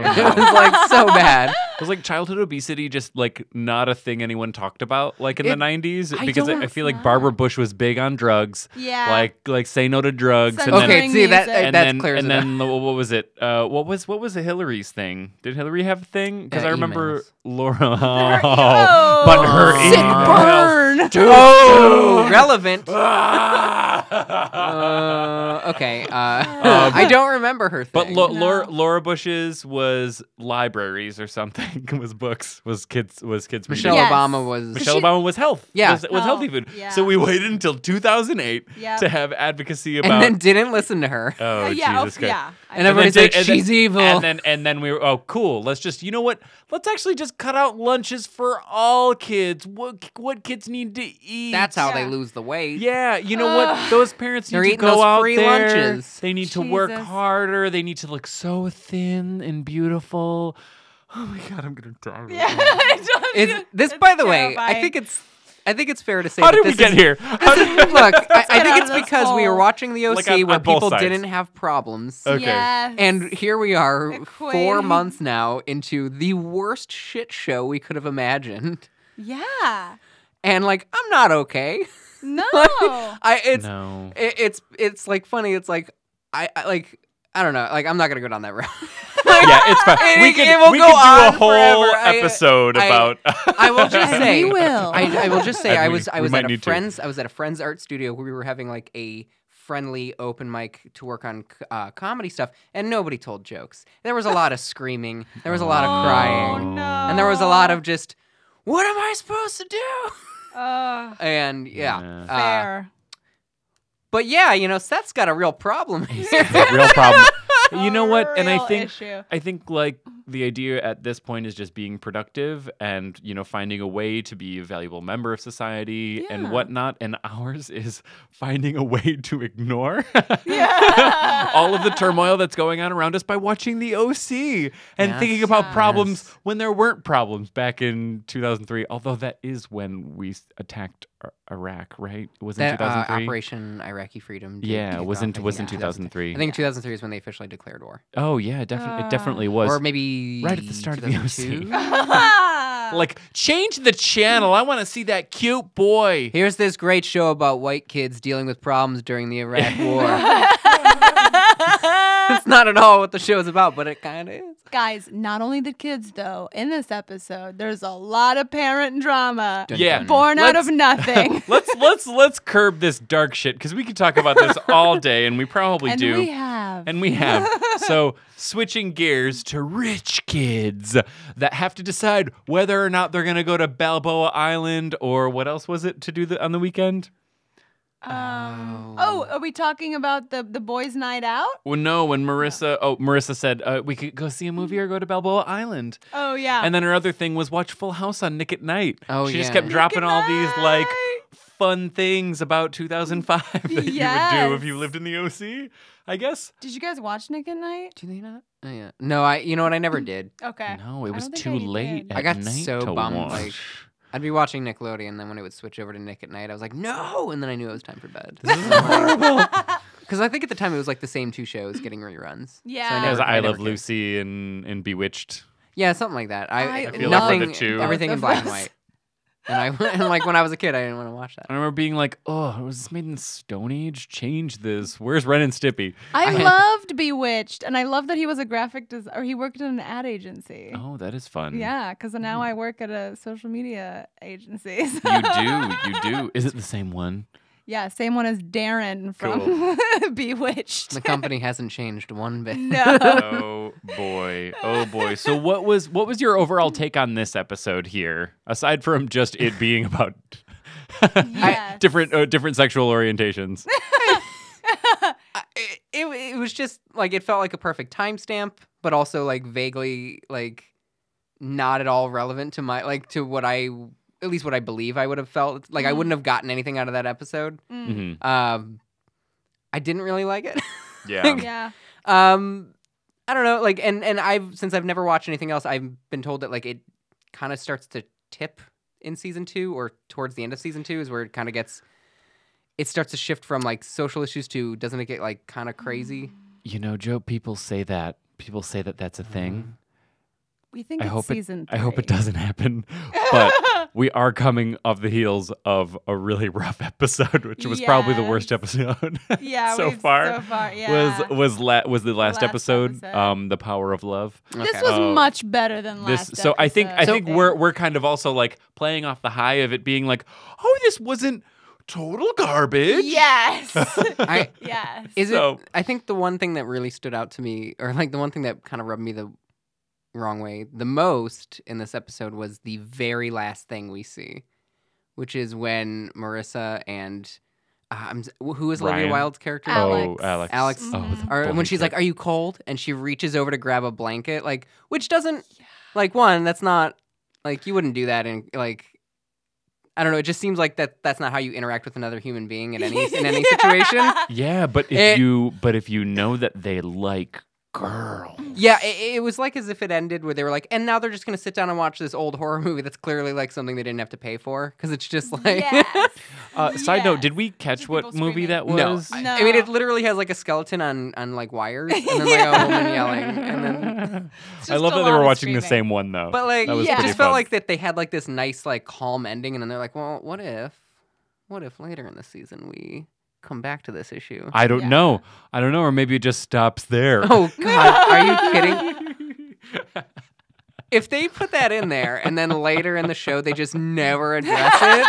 Speaker 5: no.
Speaker 6: (laughs) It was like so bad.
Speaker 5: it was like childhood obesity just like not a thing anyone talked about like in the
Speaker 6: It-
Speaker 5: 90s
Speaker 6: I
Speaker 5: because
Speaker 6: don't-
Speaker 5: I, I feel like Barbara Bush was big on drugs.
Speaker 4: Yeah.
Speaker 5: Like like say no to drugs (laughs) and then
Speaker 6: Okay,
Speaker 4: Censoring
Speaker 6: see that
Speaker 4: music.
Speaker 6: uh,
Speaker 5: and
Speaker 6: that's
Speaker 5: then,
Speaker 6: clear.
Speaker 5: and
Speaker 6: (laughs)
Speaker 5: then the- what was it? Uh, what was what was Hillary's thing? Did Hillary have a thing? Because
Speaker 6: Uh,
Speaker 5: I remember
Speaker 6: emails.
Speaker 5: Laura,
Speaker 4: Oh.
Speaker 5: but her uh,
Speaker 6: Sick
Speaker 5: emails.
Speaker 6: oh, relevant.
Speaker 5: Ah.
Speaker 6: Uh, okay. (laughs) Uh, I don't remember her.
Speaker 5: (laughs)
Speaker 6: Thing.
Speaker 5: But Lo-
Speaker 4: No.
Speaker 5: Laura, Laura Bush's was libraries or something. (laughs) was books. Was kids. Was kids. reading.
Speaker 6: Michelle
Speaker 4: Yes.
Speaker 6: Obama was.
Speaker 5: Michelle Obama was health.
Speaker 6: Yeah.
Speaker 5: was, was healthy food.
Speaker 4: Oh, Yeah.
Speaker 5: So we waited until 2008
Speaker 4: Yep.
Speaker 5: to have advocacy
Speaker 6: (laughs) and
Speaker 5: about.
Speaker 6: then didn't listen to her.
Speaker 5: oh
Speaker 4: Uh, yeah.
Speaker 5: Jesus
Speaker 4: oh,
Speaker 5: Christ.
Speaker 4: yeah. I- (laughs)
Speaker 6: And everybody's
Speaker 5: then
Speaker 6: like,
Speaker 5: did- and
Speaker 6: she's
Speaker 5: then-
Speaker 6: evil.
Speaker 5: And then and then we were oh cool. Let's just you know what? Let's actually just cut out lunches for all kids. What what kids need to eat.
Speaker 6: That's how they
Speaker 4: Yeah.
Speaker 6: lose the weight.
Speaker 5: Yeah, you know
Speaker 6: (sighs)
Speaker 5: what? Those parents
Speaker 6: They're
Speaker 5: need to
Speaker 6: eating
Speaker 5: go
Speaker 6: those
Speaker 5: out
Speaker 6: free
Speaker 5: there.
Speaker 6: lunches.
Speaker 5: They need to work
Speaker 4: Jesus.
Speaker 5: harder. They need to look so thin and beautiful. (sighs) Oh my god, I'm gonna die. right
Speaker 6: (laughs)
Speaker 5: now.
Speaker 6: It's, this, by the way, I think it's. I think it's fair to say.
Speaker 5: How
Speaker 6: that
Speaker 5: did we
Speaker 6: this
Speaker 5: get
Speaker 6: is-
Speaker 5: here? How did-
Speaker 6: (laughs) Look, I, I
Speaker 4: get out
Speaker 6: think
Speaker 4: of
Speaker 6: it's
Speaker 4: this
Speaker 6: because we were
Speaker 4: hole.
Speaker 6: watching the OC
Speaker 5: Like on-
Speaker 6: where
Speaker 5: on both
Speaker 6: people
Speaker 5: sides.
Speaker 6: didn't have problems.
Speaker 5: Okay.
Speaker 4: Yes.
Speaker 6: And here we are, four
Speaker 4: Equating.
Speaker 6: months now into the worst shit show we could have imagined. (laughs)
Speaker 4: yeah.
Speaker 6: And like, I'm not okay. (laughs)
Speaker 4: No.
Speaker 6: I it's
Speaker 5: no.
Speaker 6: it, it's it's like funny. It's like I, I like I don't know. Like I'm not gonna go down that (laughs) road.
Speaker 5: yeah, it's fine.
Speaker 6: (laughs) It-
Speaker 5: we could,
Speaker 6: it will
Speaker 5: we
Speaker 6: go
Speaker 5: could do a
Speaker 6: on
Speaker 5: whole
Speaker 6: forever. I-
Speaker 5: episode
Speaker 6: (laughs) I-
Speaker 5: about. (laughs)
Speaker 6: I will
Speaker 4: (laughs)
Speaker 6: just
Speaker 4: And
Speaker 6: say
Speaker 4: we will.
Speaker 6: I, I will just say
Speaker 5: And
Speaker 6: I
Speaker 5: we-
Speaker 6: was I
Speaker 5: we
Speaker 6: was
Speaker 5: might
Speaker 6: at a
Speaker 5: need to.
Speaker 6: friend's I was at a friend's art studio where we were having like a friendly open mic to work on c- uh, comedy stuff and nobody told jokes. There was a lot of screaming. There was a lot of crying.
Speaker 4: Oh, no.
Speaker 6: And there was a lot of just what am I supposed to do? (laughs)
Speaker 4: Uh,
Speaker 6: And yeah. uh,
Speaker 4: fair.
Speaker 6: but yeah, you know, Seth's got a real problem (laughs) here.
Speaker 5: a real
Speaker 6: (laughs)
Speaker 5: problem. You know what? And I
Speaker 4: Real
Speaker 5: think (laughs)
Speaker 4: issue.
Speaker 5: I think like the idea at this point is just being productive and you know finding a way to be a valuable member of society and
Speaker 4: Yeah.
Speaker 5: whatnot. And ours (laughs) is finding a way to ignore
Speaker 4: Yeah.
Speaker 5: all of the turmoil that's going on around us by watching the OC and thinking
Speaker 6: Yes.
Speaker 5: about problems
Speaker 6: Yes.
Speaker 5: when there weren't problems back in 2003. Although that is when we s- attacked Ar- Iraq, right? It was in
Speaker 6: That uh,
Speaker 5: 2003.
Speaker 6: Operation Iraqi Freedom. did
Speaker 5: yeah,
Speaker 6: kick
Speaker 5: it was
Speaker 6: off,
Speaker 5: in
Speaker 6: I think,
Speaker 5: was in
Speaker 6: 2003.
Speaker 5: 2003.
Speaker 6: I think 2003 is when they officially declared war.
Speaker 5: Oh yeah, definitely. it definitely was.
Speaker 6: Or maybe
Speaker 5: right at the start of the OC.
Speaker 6: 2002?
Speaker 5: (laughs) Uh, like change the channel. I want to see that cute boy.
Speaker 6: Here's this great show about white kids dealing with problems during
Speaker 5: (laughs)
Speaker 6: the Iraq War. it's not at all what the show is about, but it kind of is.
Speaker 4: (laughs) Guys, not only the kids though, in this episode, there's a lot of parent drama
Speaker 5: Yeah.
Speaker 4: born out
Speaker 5: Let's-
Speaker 4: of
Speaker 5: (laughs)
Speaker 4: nothing.
Speaker 5: Let's let's let's curb this dark shit because we could talk about
Speaker 4: (laughs)
Speaker 5: this all day, and we probably
Speaker 4: and
Speaker 5: do.
Speaker 4: we have.
Speaker 5: and we have. so, switching gears to rich kids that have to decide whether or not they're going to go to Balboa Island or what else was it to do the, on the weekend?
Speaker 4: um, oh, are we talking about the, the boys' night out?
Speaker 5: Well, no, when Marissa, oh, Marissa said uh, we could go see a movie or go to Balboa Island.
Speaker 4: Oh yeah.
Speaker 5: And then her other thing was watch Full House on Nick at Night.
Speaker 6: Oh,
Speaker 5: she just
Speaker 6: yeah.
Speaker 5: kept
Speaker 6: Nick
Speaker 5: dropping all these like
Speaker 4: Night.
Speaker 5: fun things about 2005 that you would do if you lived in the OC. I guess.
Speaker 4: Did you guys watch Nick at Night?
Speaker 6: Do they not? Oh, yeah. No, I. You know what? I never did.
Speaker 4: Okay.
Speaker 5: No, it
Speaker 4: Uh, I
Speaker 5: was
Speaker 4: don't think
Speaker 5: too
Speaker 4: I did.
Speaker 5: late.
Speaker 6: I
Speaker 5: at
Speaker 6: got
Speaker 5: night
Speaker 6: so
Speaker 5: to
Speaker 6: bummed,
Speaker 5: watch.
Speaker 6: like- I'd be watching Nickelodeon, then when it would switch over to Nick at Night, I was like, no, and then I knew it was time for bed. (laughs) Because I think at the time it was like the same two shows getting reruns.
Speaker 4: Yeah.
Speaker 6: So I,
Speaker 5: It
Speaker 6: never,
Speaker 5: was I,
Speaker 6: never
Speaker 5: Love
Speaker 6: did.
Speaker 5: Lucy and, and Bewitched.
Speaker 6: Yeah, something like that. I,
Speaker 4: I I
Speaker 5: feel like
Speaker 6: nothing.
Speaker 5: we're the two.
Speaker 6: Everything
Speaker 4: both
Speaker 6: in
Speaker 4: of
Speaker 6: black and
Speaker 4: us.
Speaker 6: white. And I (laughs) and like when I was a kid, I didn't want to watch that.
Speaker 5: I remember being like, oh, was this made in the Stone Age? Change this. Where's Ren and Stippy?
Speaker 4: I loved Bewitched, and I love that he was a graphic designer. Or he worked at an ad agency.
Speaker 5: Oh, that is fun.
Speaker 4: Yeah, because now I work at a social media agency. so-
Speaker 5: Mm-hmm. You do. You do. Is it the same one?
Speaker 4: (laughs) Yeah, same one as Darren from (laughs) Bewitched.
Speaker 6: (laughs) The company hasn't changed one
Speaker 5: (laughs)
Speaker 6: bit. (laughs)
Speaker 4: no.
Speaker 5: oh boy oh boy so what was what was your overall take on this episode here aside from just it being about
Speaker 4: Yes.
Speaker 5: (laughs) different uh, different sexual orientations
Speaker 6: it, it, it was just like it felt like a perfect timestamp, but also like vaguely like not at all relevant to my like to what I at least what I believe I would have felt. Like I wouldn't have gotten anything out of that episode.
Speaker 4: Mm.
Speaker 5: Mhm.
Speaker 6: Um, I didn't really like it.
Speaker 5: (laughs) yeah
Speaker 4: Yeah.
Speaker 6: um, I don't know. Like and and I've since I've never watched anything else, I've been told that like it kind of starts to tip in season two or towards the end of season two is where it kind of gets. It starts to shift from like social issues to doesn't it get like kind of crazy?
Speaker 5: you know joe people say that people say that that's a thing
Speaker 4: We think
Speaker 5: i
Speaker 4: it's
Speaker 5: hope
Speaker 4: season
Speaker 5: it i hope it
Speaker 4: three.
Speaker 5: doesn't happen but (laughs) we are coming off the heels of a really rough (laughs) episode which was probably the worst
Speaker 4: Yes.
Speaker 5: episode
Speaker 4: (laughs)
Speaker 5: (laughs)
Speaker 4: Yeah,
Speaker 5: so
Speaker 4: we've-
Speaker 5: far
Speaker 4: So far, yeah.
Speaker 5: was was la- was the last,
Speaker 4: Last
Speaker 5: episode,
Speaker 4: episode.
Speaker 5: um the power of love
Speaker 4: this was
Speaker 5: Oh.
Speaker 4: much better than
Speaker 5: this
Speaker 4: last. uh,
Speaker 5: so i think i
Speaker 4: episode,
Speaker 5: think we're we're kind of also like playing off the high of it being like oh this wasn't total garbage (laughs)
Speaker 4: Yes.
Speaker 6: I,
Speaker 4: yes.
Speaker 6: Is
Speaker 5: So-
Speaker 6: it? I think the one thing that really stood out to me, or like the one thing that kind of rubbed me the wrong way the most in this episode was the very last thing we see, which is when Marissa and uh, I'm, s- who is Olivia
Speaker 5: Ryan?
Speaker 6: Wilde's character?
Speaker 5: oh
Speaker 4: (laughs) Alex. Mm-hmm.
Speaker 5: alex
Speaker 6: Alex.
Speaker 5: oh, the
Speaker 6: Or when
Speaker 5: bull
Speaker 6: she's
Speaker 5: crap.
Speaker 6: like, "Are you cold?" and she reaches over to grab a blanket, like which doesn't, like one that's not like you wouldn't do that in like. I don't know. It just seems like that. That's not how you interact with another human being in any
Speaker 4: (laughs)
Speaker 6: in
Speaker 5: (laughs)
Speaker 6: any situation.
Speaker 5: yeah but if
Speaker 6: It-
Speaker 5: you but if you know that they like girls
Speaker 4: Mm-hmm.
Speaker 6: Yeah, it, it was like as if it ended where they were like, and now they're just gonna sit down and watch this old horror movie that's clearly like something they didn't have to pay for because it's just like.
Speaker 5: (laughs)
Speaker 6: (laughs)
Speaker 4: Yes.
Speaker 5: uh, side note did
Speaker 4: Yes.
Speaker 5: we catch
Speaker 4: Just
Speaker 5: what
Speaker 4: people
Speaker 5: movie
Speaker 4: screaming.
Speaker 5: that
Speaker 6: No,
Speaker 5: was (laughs)
Speaker 6: I, I mean it
Speaker 4: No.
Speaker 6: literally has like a skeleton on on like wires and then like a woman yelling,
Speaker 5: (laughs)
Speaker 6: and then
Speaker 5: I
Speaker 4: just
Speaker 5: love
Speaker 4: a
Speaker 5: that
Speaker 4: lot
Speaker 5: they were
Speaker 4: of
Speaker 5: watching the
Speaker 4: screaming.
Speaker 5: same one though.
Speaker 6: but like
Speaker 5: That was
Speaker 6: it
Speaker 5: pretty
Speaker 6: just felt
Speaker 5: fun.
Speaker 6: like that they had like this nice like calm ending, and then they're like, well, what if, what if later in the season we come back to this issue?
Speaker 5: I don't
Speaker 4: Yeah.
Speaker 5: know. I don't know, or maybe it just stops there.
Speaker 6: oh God, are Oh, you kidding? if they put that in there and then later in the show they just never address it,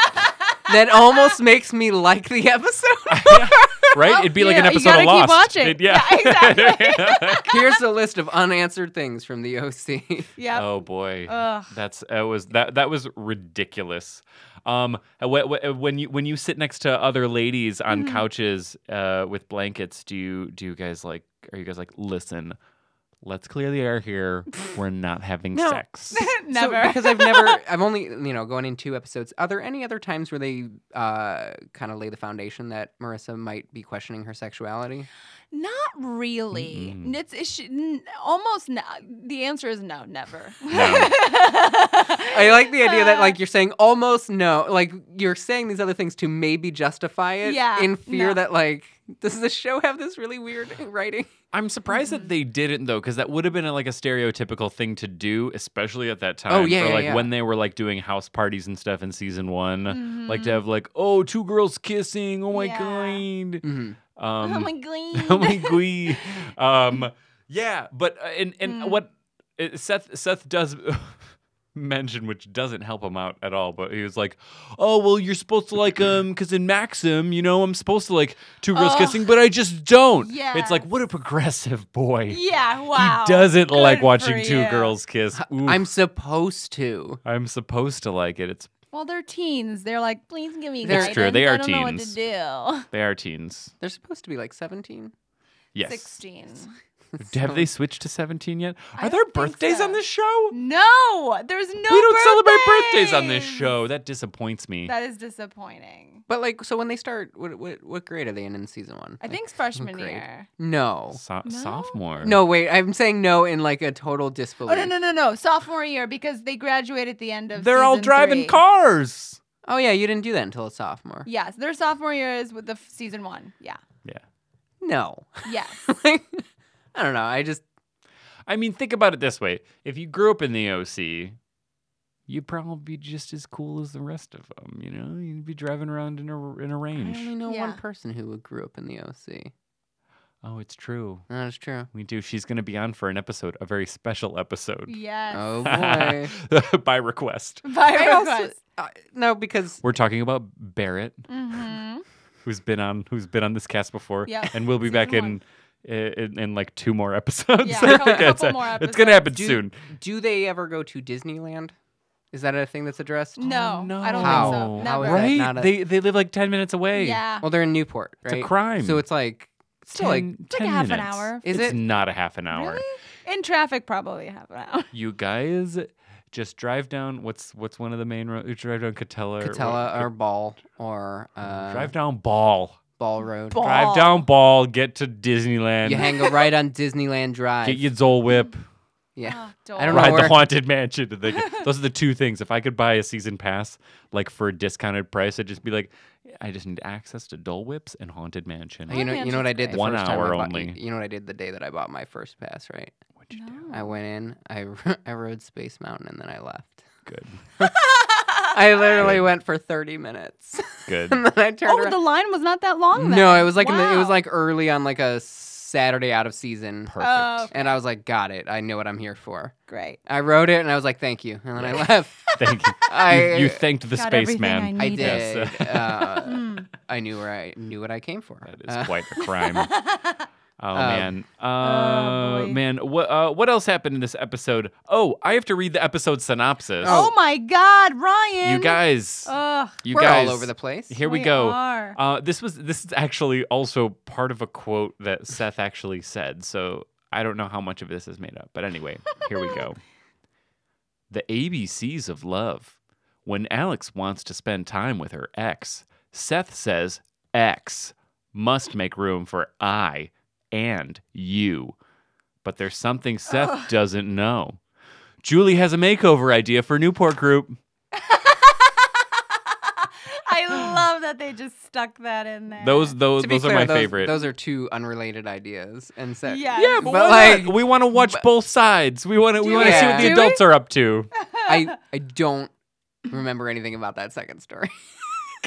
Speaker 6: that almost makes me like the episode.
Speaker 5: right? It'd be like an
Speaker 4: yeah, you
Speaker 5: episode
Speaker 4: gotta
Speaker 5: of
Speaker 4: keep
Speaker 5: Lost.
Speaker 4: watching.
Speaker 5: It-
Speaker 4: Yeah, exactly.
Speaker 5: (laughs)
Speaker 6: Here's a list of unanswered things from the OC.
Speaker 4: Yep. (laughs)
Speaker 5: Oh boy,
Speaker 4: Ugh.
Speaker 5: that's that was that that was ridiculous. Um, wh- wh- when you when you sit next to other ladies on
Speaker 4: Mm-hmm.
Speaker 5: couches uh, with blankets, do you do you guys like are you guys like listen? Let's clear the air here. We're not having
Speaker 4: (laughs)
Speaker 6: No.
Speaker 5: sex.
Speaker 4: Never.
Speaker 6: So, because I've never, I've only, you know, going in two episodes. Are there any other times where they uh, kind of lay the foundation that Marissa might be questioning her sexuality?
Speaker 4: Not really.
Speaker 5: Mm-mm.
Speaker 4: It's, it should, n- almost no. The answer is no, never. (laughs)
Speaker 5: No.
Speaker 6: I like the idea that,
Speaker 4: Uh.
Speaker 6: like, you're saying almost no. Like, you're saying these other things to maybe justify it
Speaker 4: Yeah,
Speaker 6: in fear
Speaker 4: no.
Speaker 6: that, like, does this show have this really weird (laughs) writing?
Speaker 5: I'm surprised that they didn't though, because that would have been like a stereotypical thing to do, especially at that time.
Speaker 6: Oh, yeah,
Speaker 5: for,
Speaker 6: yeah,
Speaker 5: like
Speaker 6: yeah.
Speaker 5: when they were like doing house parties and stuff in season one, like to have like, oh, two girls kissing. Oh my
Speaker 4: Mm-hmm. Yeah. (laughs)
Speaker 5: god.
Speaker 6: Mhm.
Speaker 5: Um,
Speaker 4: oh
Speaker 5: (laughs)
Speaker 4: my god.
Speaker 5: oh my glee. Um, yeah, but uh, and and
Speaker 4: Mm.
Speaker 5: what uh, Seth Seth does (laughs) mention, which doesn't help him out at all, but he was like, "Oh well, you're supposed to like um, because in Maxim, you know, I'm supposed to like two girls
Speaker 4: Ugh.
Speaker 5: kissing, but I just don't."
Speaker 4: Yeah.
Speaker 5: it's like what a progressive boy.
Speaker 4: (laughs) Yeah, wow.
Speaker 5: He doesn't like
Speaker 4: Good
Speaker 5: watching
Speaker 4: for
Speaker 5: two
Speaker 4: you.
Speaker 5: girls kiss. Oof.
Speaker 6: I'm supposed to.
Speaker 5: I'm supposed to like it. It's
Speaker 4: Well, they're teens. They're like, please give me
Speaker 6: That's
Speaker 4: guidance.
Speaker 5: true. They are
Speaker 4: I don't
Speaker 5: teens.
Speaker 4: know what to do. (laughs)
Speaker 5: they are teens.
Speaker 6: They're supposed to be like 17.
Speaker 5: Yes.
Speaker 4: 16.
Speaker 5: Have they switched to 17 yet?
Speaker 4: I
Speaker 5: Are there
Speaker 4: don't think
Speaker 5: birthdays
Speaker 4: so.
Speaker 5: on this show?
Speaker 4: No, there's no
Speaker 5: we don't celebrate birthdays on this show. That disappoints me.
Speaker 4: That is disappointing.
Speaker 6: But, like, so when they start, what, what, what grade are they in in season one?
Speaker 4: I
Speaker 6: Like,
Speaker 4: think it's freshman
Speaker 6: grade?
Speaker 4: year.
Speaker 6: No.
Speaker 5: So-
Speaker 4: No?
Speaker 5: Sophomore.
Speaker 6: No, wait. I'm saying no in like a total disbelief.
Speaker 4: Oh no no no no! Sophomore year because they graduate at the end of.
Speaker 5: They're all
Speaker 4: season
Speaker 5: driving
Speaker 4: three.
Speaker 5: cars.
Speaker 6: Oh, yeah, you didn't do that until a sophomore.
Speaker 4: Yes, their sophomore year is with the f- season one. Yeah.
Speaker 5: Yeah.
Speaker 6: No. (laughs)
Speaker 4: Yes.
Speaker 6: Like, I don't know. I just
Speaker 5: I mean, think about it this way. If you grew up in the OC, you'd probably be just as cool as the rest of them, you know? You'd be driving around in a, in a
Speaker 6: I
Speaker 5: range.
Speaker 6: only know
Speaker 4: Yeah.
Speaker 6: one person who grew up in the OC.
Speaker 5: Oh, it's true.
Speaker 6: That is true.
Speaker 5: We do. She's going to be on for an episode, a very special episode.
Speaker 4: Yes. (laughs)
Speaker 6: Oh
Speaker 5: (laughs)
Speaker 6: boy.
Speaker 5: By request.
Speaker 4: By
Speaker 6: I also-
Speaker 4: request.
Speaker 6: uh, no, because
Speaker 5: We're talking about Barrett,
Speaker 4: (laughs) Mm-hmm.
Speaker 5: who's been on who's been on this cast before,
Speaker 4: Yeah,
Speaker 5: and we'll be
Speaker 4: season
Speaker 5: back
Speaker 4: one.
Speaker 5: in, in in like two more episodes.
Speaker 4: Yeah,
Speaker 5: (laughs)
Speaker 4: a couple-
Speaker 5: Okay, it's- uh,
Speaker 4: couple more
Speaker 5: It's
Speaker 4: episodes.
Speaker 5: gonna happen
Speaker 6: Do-
Speaker 5: soon.
Speaker 6: do they ever go to Disneyland? Is that a thing that's addressed?
Speaker 4: No,
Speaker 5: no.
Speaker 4: I don't
Speaker 6: How?
Speaker 4: think so.
Speaker 6: How
Speaker 4: Never.
Speaker 6: is that
Speaker 5: right?
Speaker 6: not a-
Speaker 5: They they live like ten minutes away.
Speaker 4: Yeah.
Speaker 6: Well, they're in Newport,
Speaker 5: It's
Speaker 6: right?
Speaker 5: a crime.
Speaker 6: So it's like it's still like
Speaker 4: like a half an hour.
Speaker 6: Is
Speaker 5: it's
Speaker 6: it?
Speaker 5: not a half an hour.
Speaker 4: Really? In traffic, probably half an (laughs) hour.
Speaker 5: You guys just drive down. What's what's one of the main roads? Drive down Catella.
Speaker 6: Catella
Speaker 5: what-
Speaker 6: or Ball or uh,
Speaker 5: drive down Ball.
Speaker 6: Ball Road.
Speaker 4: Ball.
Speaker 5: Drive down Ball. Get to Disneyland.
Speaker 6: You hang a right on Disneyland Drive.
Speaker 5: get your Dole Whip.
Speaker 6: yeah.
Speaker 4: Oh,
Speaker 6: I Ah, don't know
Speaker 5: Ride the
Speaker 6: where-
Speaker 5: Haunted Mansion. and they get- Those are the two things. If I could buy a season pass, like for a discounted price, I'd just be like, I just need access to Dole Whips and Haunted Mansion.
Speaker 4: Oh,
Speaker 6: (laughs) You know, you know what I did the
Speaker 5: One
Speaker 6: first time I
Speaker 5: hour
Speaker 6: bought-
Speaker 5: only.
Speaker 6: You know what I did the day that I bought my first pass, right?
Speaker 5: What'd you do?
Speaker 6: I went in, I, (laughs) I rode Space Mountain, and then I left.
Speaker 5: Good.
Speaker 6: (laughs) I literally
Speaker 5: Good.
Speaker 6: went for 30 minutes. (laughs)
Speaker 5: Good.
Speaker 6: and then I turned
Speaker 4: Oh,
Speaker 6: around.
Speaker 4: the line was not that long. Then.
Speaker 6: no, it was like in the, it was
Speaker 4: Wow.
Speaker 6: like early on like a Saturday out of season.
Speaker 5: Perfect.
Speaker 4: Oh,
Speaker 6: And I was like, got it. I know what I'm here for.
Speaker 4: great.
Speaker 6: I wrote it and I was like, thank (laughs) you. And then I left.
Speaker 5: Thank you.
Speaker 6: I
Speaker 5: you, you thanked the
Speaker 4: Got
Speaker 5: spaceman.
Speaker 4: everything
Speaker 6: I
Speaker 4: needed.
Speaker 6: did.
Speaker 5: Yes. (laughs)
Speaker 6: uh,
Speaker 4: Mm.
Speaker 6: I knew where I knew what I came for.
Speaker 5: That
Speaker 6: Uh,
Speaker 5: is quite a crime. Oh
Speaker 6: (laughs) Um,
Speaker 5: man,
Speaker 6: oh,
Speaker 5: uh,
Speaker 4: boy.
Speaker 5: man, what uh, what else happened in this episode? Oh, I have to read the episode synopsis.
Speaker 4: Oh. my God, Ryan!
Speaker 6: Oh,
Speaker 5: you guys,
Speaker 4: Ugh,
Speaker 5: you
Speaker 6: we're
Speaker 5: guys,
Speaker 6: all over the place.
Speaker 5: Here we, go.
Speaker 4: are.
Speaker 5: Uh, this was this is actually also part of a quote that Seth actually said. So I don't know how much of this is made up, but anyway, here we
Speaker 6: (laughs)
Speaker 5: go. The ABCs of love. When Alex wants to spend time with her ex, Seth says X must make room for I and you. But there's something Seth doesn't know. Julie has a makeover idea for Newport Group.
Speaker 4: (laughs) I love that they just stuck that in there.
Speaker 5: Those those
Speaker 6: To be
Speaker 5: those
Speaker 6: clear,
Speaker 5: are my
Speaker 6: those,
Speaker 5: favorite.
Speaker 6: Those are two unrelated ideas, and so
Speaker 4: Yeah.
Speaker 5: Yeah, but,
Speaker 6: But,
Speaker 5: why not?
Speaker 6: like-
Speaker 5: we want to watch both sides. We want to we
Speaker 4: Do
Speaker 5: want to see what the
Speaker 6: we?
Speaker 4: Do we? (laughs)
Speaker 5: adults are up to. (laughs)
Speaker 6: I I don't remember anything about that second story.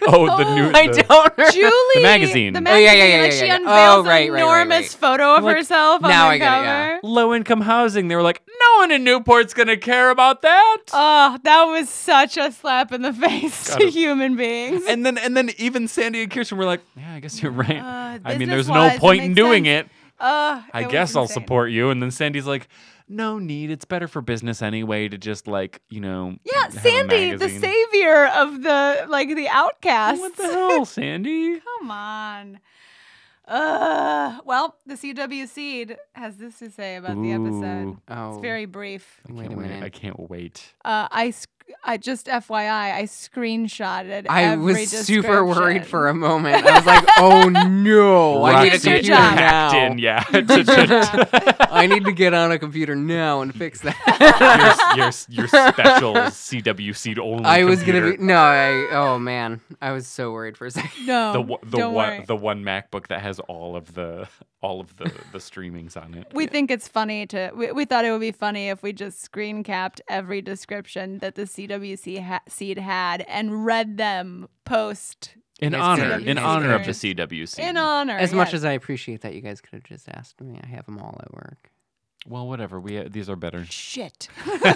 Speaker 5: Oh, the new.
Speaker 6: I
Speaker 5: the-
Speaker 6: don't. know.
Speaker 4: (laughs) Julie,
Speaker 5: magazine.
Speaker 4: the
Speaker 5: Oh,
Speaker 6: yeah, yeah,
Speaker 4: magazine,
Speaker 6: yeah,
Speaker 4: like
Speaker 6: yeah,
Speaker 4: she
Speaker 6: yeah.
Speaker 4: unveils
Speaker 6: Oh,
Speaker 4: an
Speaker 6: right, right, right,
Speaker 4: enormous
Speaker 6: right.
Speaker 4: photo of
Speaker 6: Like,
Speaker 4: herself on
Speaker 6: now
Speaker 4: the
Speaker 6: I get it,
Speaker 4: cover.
Speaker 6: yeah.
Speaker 5: Low income housing. They were like, no one in Newport's gonna care about that.
Speaker 4: Oh, that was such a slap in the (laughs) face to human beings.
Speaker 5: and then and then even Sandy and Kirsten were like, yeah, I guess you're right.
Speaker 4: Uh,
Speaker 5: I mean, there's no
Speaker 4: business-wise, it
Speaker 5: point in
Speaker 4: makes
Speaker 5: doing
Speaker 4: sense.
Speaker 5: it.
Speaker 4: Uh,
Speaker 5: I
Speaker 4: it was
Speaker 5: guess I'll
Speaker 4: insane.
Speaker 5: support you. And then Sandy's like, no need. It's better for business anyway to just like, you know.
Speaker 4: Yeah,
Speaker 5: have a
Speaker 4: Sandy, the
Speaker 5: magazine."
Speaker 4: savior of the like the outcasts.
Speaker 5: What
Speaker 4: (laughs)
Speaker 5: the hell, Sandy?
Speaker 4: Come on. Uh, well, the CW seed has this to say about the episode.
Speaker 5: Ooh.
Speaker 6: Oh,
Speaker 4: It's very brief.
Speaker 5: I
Speaker 6: Wait a
Speaker 5: can't wait. I
Speaker 6: minute.
Speaker 5: can't wait.
Speaker 4: Uh, I, sc- I just FYI, I screenshotted.
Speaker 6: I
Speaker 4: every
Speaker 6: was super worried for
Speaker 4: description.
Speaker 6: a moment. I was like, "Oh no! I need
Speaker 4: Roxy
Speaker 6: a computer
Speaker 4: job.
Speaker 5: hacked
Speaker 6: now.
Speaker 4: (laughs)
Speaker 5: in, yeah. (laughs) your,
Speaker 6: I need to get on a computer now and fix that."
Speaker 4: (laughs)
Speaker 5: your, your special CW seed only.
Speaker 6: I was gonna
Speaker 5: computer.
Speaker 6: be no. I oh man, I was so worried for a second.
Speaker 4: No,
Speaker 5: the one- the
Speaker 4: don't
Speaker 5: one
Speaker 4: worry.
Speaker 5: the one MacBook that has all of the all of the the streamings on it.
Speaker 4: we think it's funny to. We, we thought it would be funny if we just screen capped every description that the CWC ha- seed had and read them post
Speaker 5: in
Speaker 6: Yes,
Speaker 5: honor,
Speaker 4: CW
Speaker 5: in
Speaker 4: seed.
Speaker 5: honor of the
Speaker 4: Yes.
Speaker 5: CW seed.
Speaker 4: in honor.
Speaker 6: As much
Speaker 4: yes.
Speaker 6: as I appreciate that, you guys could have just asked me. I have them all at work.
Speaker 5: well, whatever. We these are better. (laughs)
Speaker 4: shit. (laughs)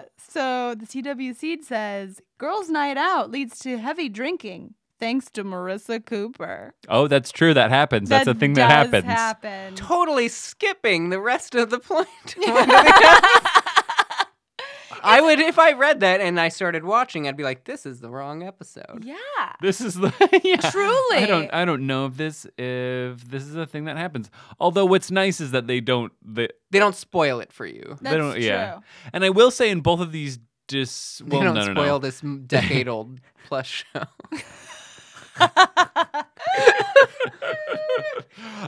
Speaker 5: Ah.
Speaker 4: Uh, so the CW Seed says, "Girls' night out leads to heavy drinking, thanks to Marissa Cooper."
Speaker 5: Oh, that's true. That happens. That's a thing that
Speaker 4: does
Speaker 5: happens.
Speaker 4: happen.
Speaker 6: Totally skipping the rest of
Speaker 4: (laughs)
Speaker 6: the point. I would, if I read that and I started watching, I'd be like, "This is the wrong episode."
Speaker 4: Yeah.
Speaker 5: This is the (laughs) yeah.
Speaker 4: Truly.
Speaker 5: I don't. I don't know if this if this is a thing that happens. Although what's nice is that they don't. They,
Speaker 6: They don't spoil it for you.
Speaker 5: they don't.
Speaker 4: That's
Speaker 5: Yeah.
Speaker 4: true.
Speaker 5: And I will say in both of these. Dis-
Speaker 6: They
Speaker 5: well,
Speaker 6: don't
Speaker 5: no, no,
Speaker 6: spoil
Speaker 5: no.
Speaker 6: this (laughs) decade-old plus show.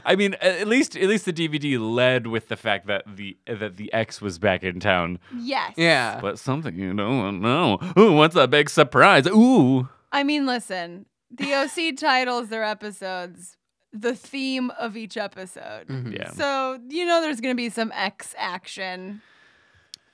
Speaker 5: I mean, a- at least at least the DVD led with the fact that the that the ex was back in town.
Speaker 4: Yes.
Speaker 6: Yeah.
Speaker 5: But something you don't know. Ooh, what's a big surprise? Ooh.
Speaker 4: I mean, listen, the OC titles their episodes the theme of each episode.
Speaker 6: Mhm.
Speaker 5: Mm-hmm. Yeah.
Speaker 4: So you know there's gonna be some X action,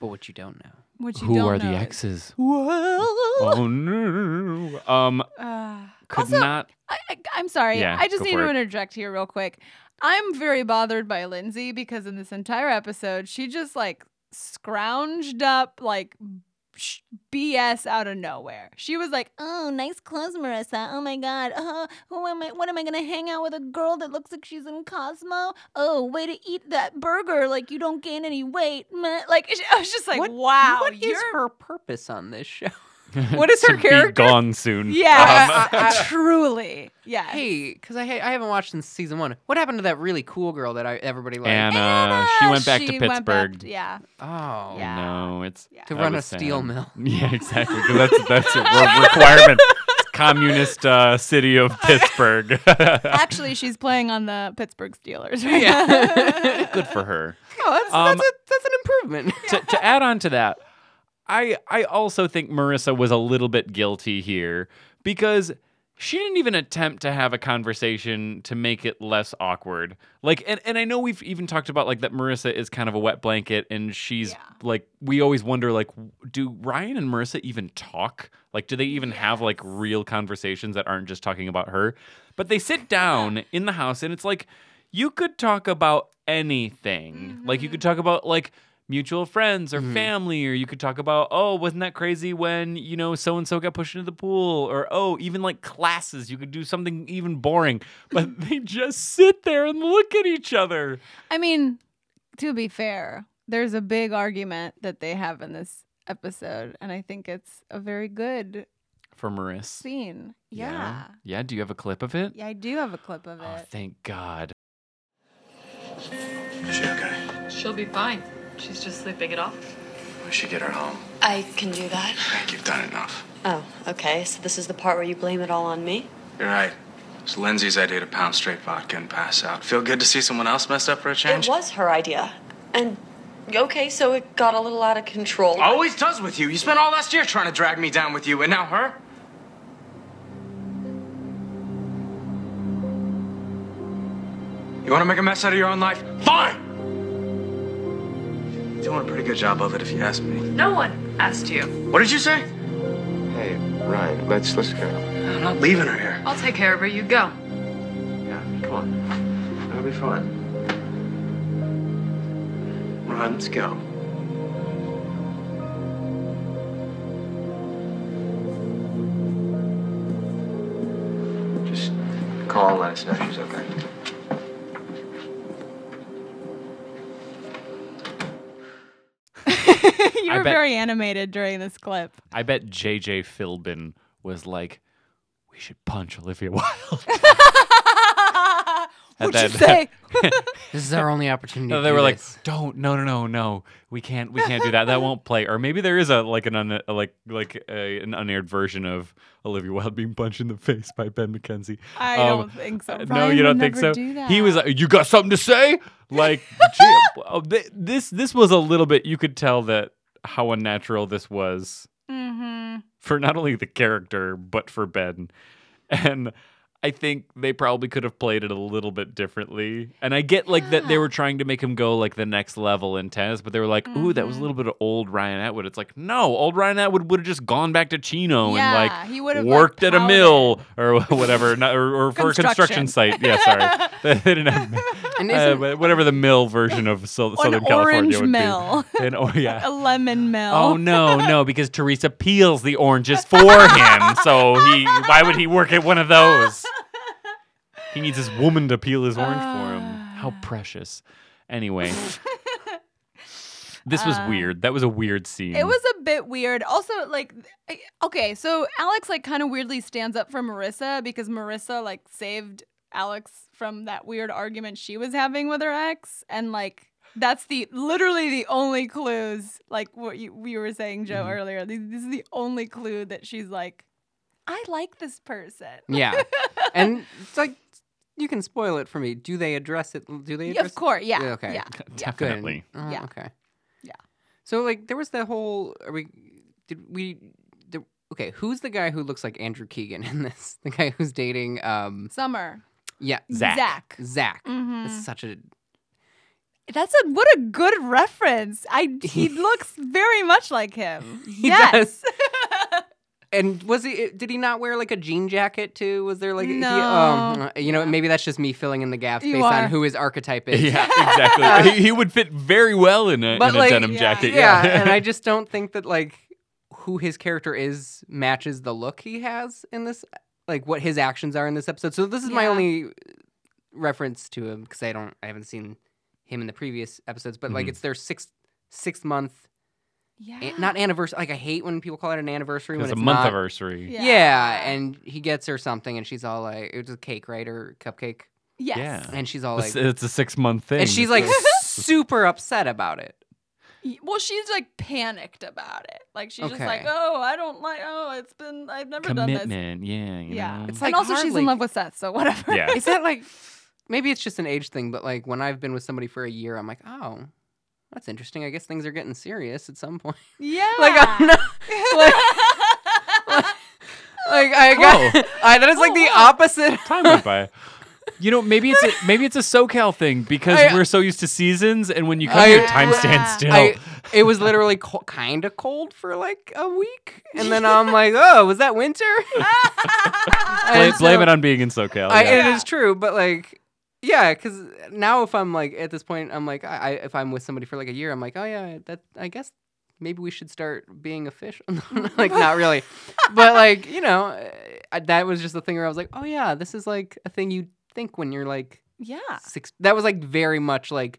Speaker 6: But what you don't know.
Speaker 4: which you
Speaker 5: Who
Speaker 4: don't
Speaker 5: are
Speaker 4: know
Speaker 5: the
Speaker 4: is-
Speaker 5: exes?
Speaker 4: Whoa.
Speaker 5: Oh no. Um,
Speaker 4: Uh,
Speaker 5: could
Speaker 4: also,
Speaker 5: not.
Speaker 4: I, I, I'm sorry.
Speaker 5: Yeah,
Speaker 4: I just
Speaker 5: go
Speaker 4: need
Speaker 5: for
Speaker 4: to
Speaker 5: it.
Speaker 4: interject here real quick. I'm very bothered by Lindsay because in this entire episode, she just like scrounged up like sh- BS out of nowhere. She was like, "Oh, nice clothes, Marissa. Oh my God. Oh, who am I? What am I gonna hang out with a girl that looks like she's in Cosmo? Oh, way to eat that burger. Like you don't gain any weight. Meh." Like (laughs) I was just like, wow.
Speaker 6: What is
Speaker 4: you're-
Speaker 6: her purpose on this show? What is
Speaker 5: (laughs)
Speaker 6: her
Speaker 5: to Be
Speaker 6: character?
Speaker 5: gone soon.
Speaker 4: yeah,
Speaker 5: Um, (laughs)
Speaker 4: truly. Yeah.
Speaker 6: Hey, because I ha- I haven't watched since season one. What happened to that really cool girl that I, everybody liked?
Speaker 5: Anna, uh, she went back to
Speaker 4: She went back-
Speaker 5: Pittsburgh.
Speaker 4: yeah.
Speaker 6: Oh,
Speaker 4: Yeah.
Speaker 5: No, it's
Speaker 4: Yeah.
Speaker 6: to
Speaker 5: that
Speaker 6: run a
Speaker 5: was sad.
Speaker 6: steel mill.
Speaker 5: (laughs)
Speaker 6: (laughs)
Speaker 5: Yeah, exactly. 'cause That's that's a re- requirement. It's Communist uh, city of Pittsburgh. (laughs)
Speaker 4: Actually, she's playing on the Pittsburgh Steelers. Right
Speaker 6: Yeah.
Speaker 5: (laughs)
Speaker 4: now.
Speaker 5: Good for her.
Speaker 6: Oh, that's,
Speaker 5: Um,
Speaker 6: that's, a, that's an improvement.
Speaker 5: to, to add on to that, I I also think Marissa was a little bit guilty here because she didn't even attempt to have a conversation to make it less awkward. Like and, and I know we've even talked about like that Marissa is kind of a wet blanket and she's like we always wonder like do Ryan and Marissa even talk? Like do they even have like real conversations that aren't just talking about her? But they sit down in the house and it's like you could talk about anything. Like you could talk about like mutual friends or family, or you could talk about, oh, wasn't that crazy when, you know, so and so got pushed into the pool, or oh, even like classes. You could do something even boring. (laughs) But they just sit there and look at each other.
Speaker 4: I mean, to be fair, there's a big argument that they have in this episode, and I think it's a very good
Speaker 5: For Maris.
Speaker 4: scene. Yeah.
Speaker 5: Yeah.
Speaker 4: Yeah,
Speaker 5: Yeah, Do you have a clip of it?
Speaker 4: I do have a clip of it.
Speaker 5: Oh, thank God.
Speaker 7: Is she okay?
Speaker 8: She'll be fine. She's just sleeping it off.
Speaker 7: We should get her home.
Speaker 9: I can do that.
Speaker 7: I think you've done enough.
Speaker 9: Oh, okay. So this is the part where you blame it all on me?
Speaker 7: You're right. It's Lindsay's idea to pound straight vodka and pass out. Feel good to see someone else messed up for a change?
Speaker 9: It was her idea. And okay, so it got a little out of control.
Speaker 7: Always does with you. You spent all last year trying to drag me down with you, and now her? You want to make a mess out of your own life? Fine! You're doing a pretty good job of it, if you ask me.
Speaker 8: No one asked you.
Speaker 7: What did you say?
Speaker 10: Right. Let's let's go.
Speaker 7: I'm not leaving her here.
Speaker 8: I'll take care of her. You go.
Speaker 10: Yeah. Come on. It'll be fine.
Speaker 7: Ron, let's go.
Speaker 10: Just call and let us know she's okay.
Speaker 4: (laughs) you were
Speaker 5: bet-
Speaker 4: very animated during this
Speaker 5: (laughs)
Speaker 4: clip. (laughs)
Speaker 5: I bet JJ Philbin was like, we should punch Olivia (laughs) Wilde.
Speaker 4: What'd
Speaker 5: then-
Speaker 4: you say?
Speaker 6: (laughs) This is our only opportunity.
Speaker 5: No,
Speaker 6: to
Speaker 5: they
Speaker 6: do
Speaker 5: were like,
Speaker 6: this.
Speaker 5: "Don't, no, no, no, no, we can't, we can't do that. That won't play." Or maybe there is a like an un, like like a, an unaired version of Olivia Wilde being punched in the face by Ben McKenzie.
Speaker 4: I
Speaker 5: Um,
Speaker 4: don't think so.
Speaker 5: uh, no,
Speaker 4: Brian
Speaker 5: you
Speaker 4: would
Speaker 5: don't think
Speaker 4: never
Speaker 5: so.
Speaker 4: do
Speaker 5: He was uh,
Speaker 4: that.
Speaker 5: like, "You got something to say?"
Speaker 4: (laughs)
Speaker 5: Like, gee, oh, th- this this was a little bit. You could tell that how unnatural this was
Speaker 4: Mm-hmm.
Speaker 5: for not only the character but for Ben. And I think they probably could have played it a little bit differently. And I get like that they were trying to make him go like the next level intense, but they were like, "Ooh, that was
Speaker 4: Mm-hmm.
Speaker 5: a little bit of old Ryan Atwood." It's like, no, old Ryan Atwood would have just gone back to Chino and
Speaker 4: Yeah,
Speaker 5: like
Speaker 4: he would have, like,
Speaker 5: worked at a
Speaker 4: pouted.
Speaker 5: mill or whatever, not, or, or for a construction
Speaker 4: Construction.
Speaker 5: site. Yeah,
Speaker 4: (laughs)
Speaker 5: sorry, they didn't have
Speaker 6: (laughs)
Speaker 5: (laughs)
Speaker 6: And
Speaker 5: uh,
Speaker 6: isn't-
Speaker 5: but whatever the mill version of Sul- Southern
Speaker 4: An
Speaker 5: California
Speaker 4: orange
Speaker 5: would
Speaker 4: mill.
Speaker 5: be. An or yeah,
Speaker 4: A lemon mill.
Speaker 5: (gasps) Oh no,
Speaker 6: (laughs)
Speaker 5: no, because Teresa peels the oranges for him. So he why would he work at one of those? He needs his woman to peel his orange for him. How
Speaker 6: Ah.
Speaker 5: precious.
Speaker 6: (laughs)
Speaker 5: Anyway. This was
Speaker 6: Uh,
Speaker 5: weird. That was a weird scene.
Speaker 6: Mm.
Speaker 4: It was a bit weird. Also, like, I- okay, so Alex like kind of weirdly stands up for Marissa because Marissa like saved Alex from that weird argument she was having with her ex, and like that's the literally the only clues like what you we were saying Joe
Speaker 6: Mm-hmm.
Speaker 4: earlier. This, this is the only clue that she's like, I like this person.
Speaker 6: (laughs)
Speaker 4: (laughs)
Speaker 6: (laughs) yeah, and it's like you can spoil it for me. Do they address it? Do they?
Speaker 4: Yeah,
Speaker 6: Address
Speaker 4: of course, yeah,
Speaker 6: Yeah, okay.
Speaker 4: yeah.
Speaker 6: Good.
Speaker 5: definitely.
Speaker 6: Oh,
Speaker 4: Yeah.
Speaker 6: Okay.
Speaker 4: Yeah.
Speaker 6: So like there was the whole are we did we the, okay, who's the guy who looks like Andrew Keegan in this? (laughs) The guy who's dating um
Speaker 4: Summer.
Speaker 6: yeah, Mm-hmm.
Speaker 5: Zach.
Speaker 4: Zach.
Speaker 6: Zach.
Speaker 4: Mhm.
Speaker 6: That's such a
Speaker 4: That's a what a good reference. I
Speaker 6: (laughs)
Speaker 4: he looks very much like him.
Speaker 6: He
Speaker 4: yes.
Speaker 6: does. And was he did he not wear like a jean jacket too? Was there like he-
Speaker 4: No.
Speaker 6: um, you know, maybe that's just me filling in the gaps
Speaker 4: You
Speaker 6: based
Speaker 4: are.
Speaker 6: on who his archetype (laughs) is.
Speaker 5: Yeah, exactly. he, he would fit very well in a, in
Speaker 6: But,
Speaker 5: a
Speaker 6: like,
Speaker 5: denim
Speaker 4: yeah.
Speaker 5: jacket.
Speaker 6: yeah, and
Speaker 5: (laughs)
Speaker 6: I just don't think that like who his character is matches the look he has in this, like what his actions are in this episode. So this is my
Speaker 4: Yeah.
Speaker 6: only reference to him because I don't, I haven't seen him in the previous episodes. But like,
Speaker 5: Mhm.
Speaker 6: it's their sixth sixth month,
Speaker 4: yeah.
Speaker 6: an- not anniversary. Like I hate when people call it an anniversary when
Speaker 5: It's
Speaker 6: it's
Speaker 5: a month
Speaker 6: not.
Speaker 5: anniversary.
Speaker 6: Yeah. and he gets her something, and she's all like, "It was a cake, right, or cupcake?"
Speaker 4: Yes.
Speaker 5: Yeah.
Speaker 6: And she's all
Speaker 5: It's,
Speaker 6: like,
Speaker 5: it's a six month thing.
Speaker 6: and
Speaker 5: It's
Speaker 6: she's (laughs) like
Speaker 5: a-
Speaker 6: super upset about it.
Speaker 4: Y- Well, she's like panicked about it. Like she's just like,
Speaker 6: Okay.
Speaker 4: oh, I don't like. Oh, it's been. I've never done this.
Speaker 5: commitment. Yeah. you
Speaker 4: Yeah.
Speaker 5: know?
Speaker 6: It's
Speaker 4: and
Speaker 6: like
Speaker 4: also, she's in
Speaker 6: hardly-
Speaker 4: love with Seth, so whatever.
Speaker 5: yeah.
Speaker 6: Is that like maybe it's just an age thing, but like when I've been with somebody for a year, I'm like, oh, that's interesting. I guess things are getting serious at some point.
Speaker 4: (laughs)
Speaker 6: (laughs)
Speaker 4: Yeah.
Speaker 6: Like
Speaker 4: (laughs)
Speaker 6: I'm not like, like I got (laughs) I that is like the opposite.
Speaker 5: time went by. You know, maybe it's a, maybe it's a SoCal thing because
Speaker 6: I-
Speaker 5: we're so used to seasons, and when you come
Speaker 6: I-
Speaker 5: here, time
Speaker 4: Yeah.
Speaker 5: stands still.
Speaker 6: I, it was literally co- kind of cold for like a week, and then I'm like, "Oh, was that winter?" (laughs)
Speaker 5: Blame,
Speaker 6: And
Speaker 5: blame
Speaker 6: so-
Speaker 5: it on being in SoCal. Oh,
Speaker 6: I,
Speaker 5: yeah.
Speaker 6: It is true, but like, yeah, because now if I'm like at this point, I'm like, I, I if I'm with somebody for like a year, I'm like, oh yeah, that I guess maybe we should start being (laughs) official. like, not really, but like you know, uh, I, that was just the thing where I was like, oh yeah, this is like a thing you think when you're like
Speaker 4: yeah.
Speaker 5: Ah.
Speaker 6: six. That was like very much like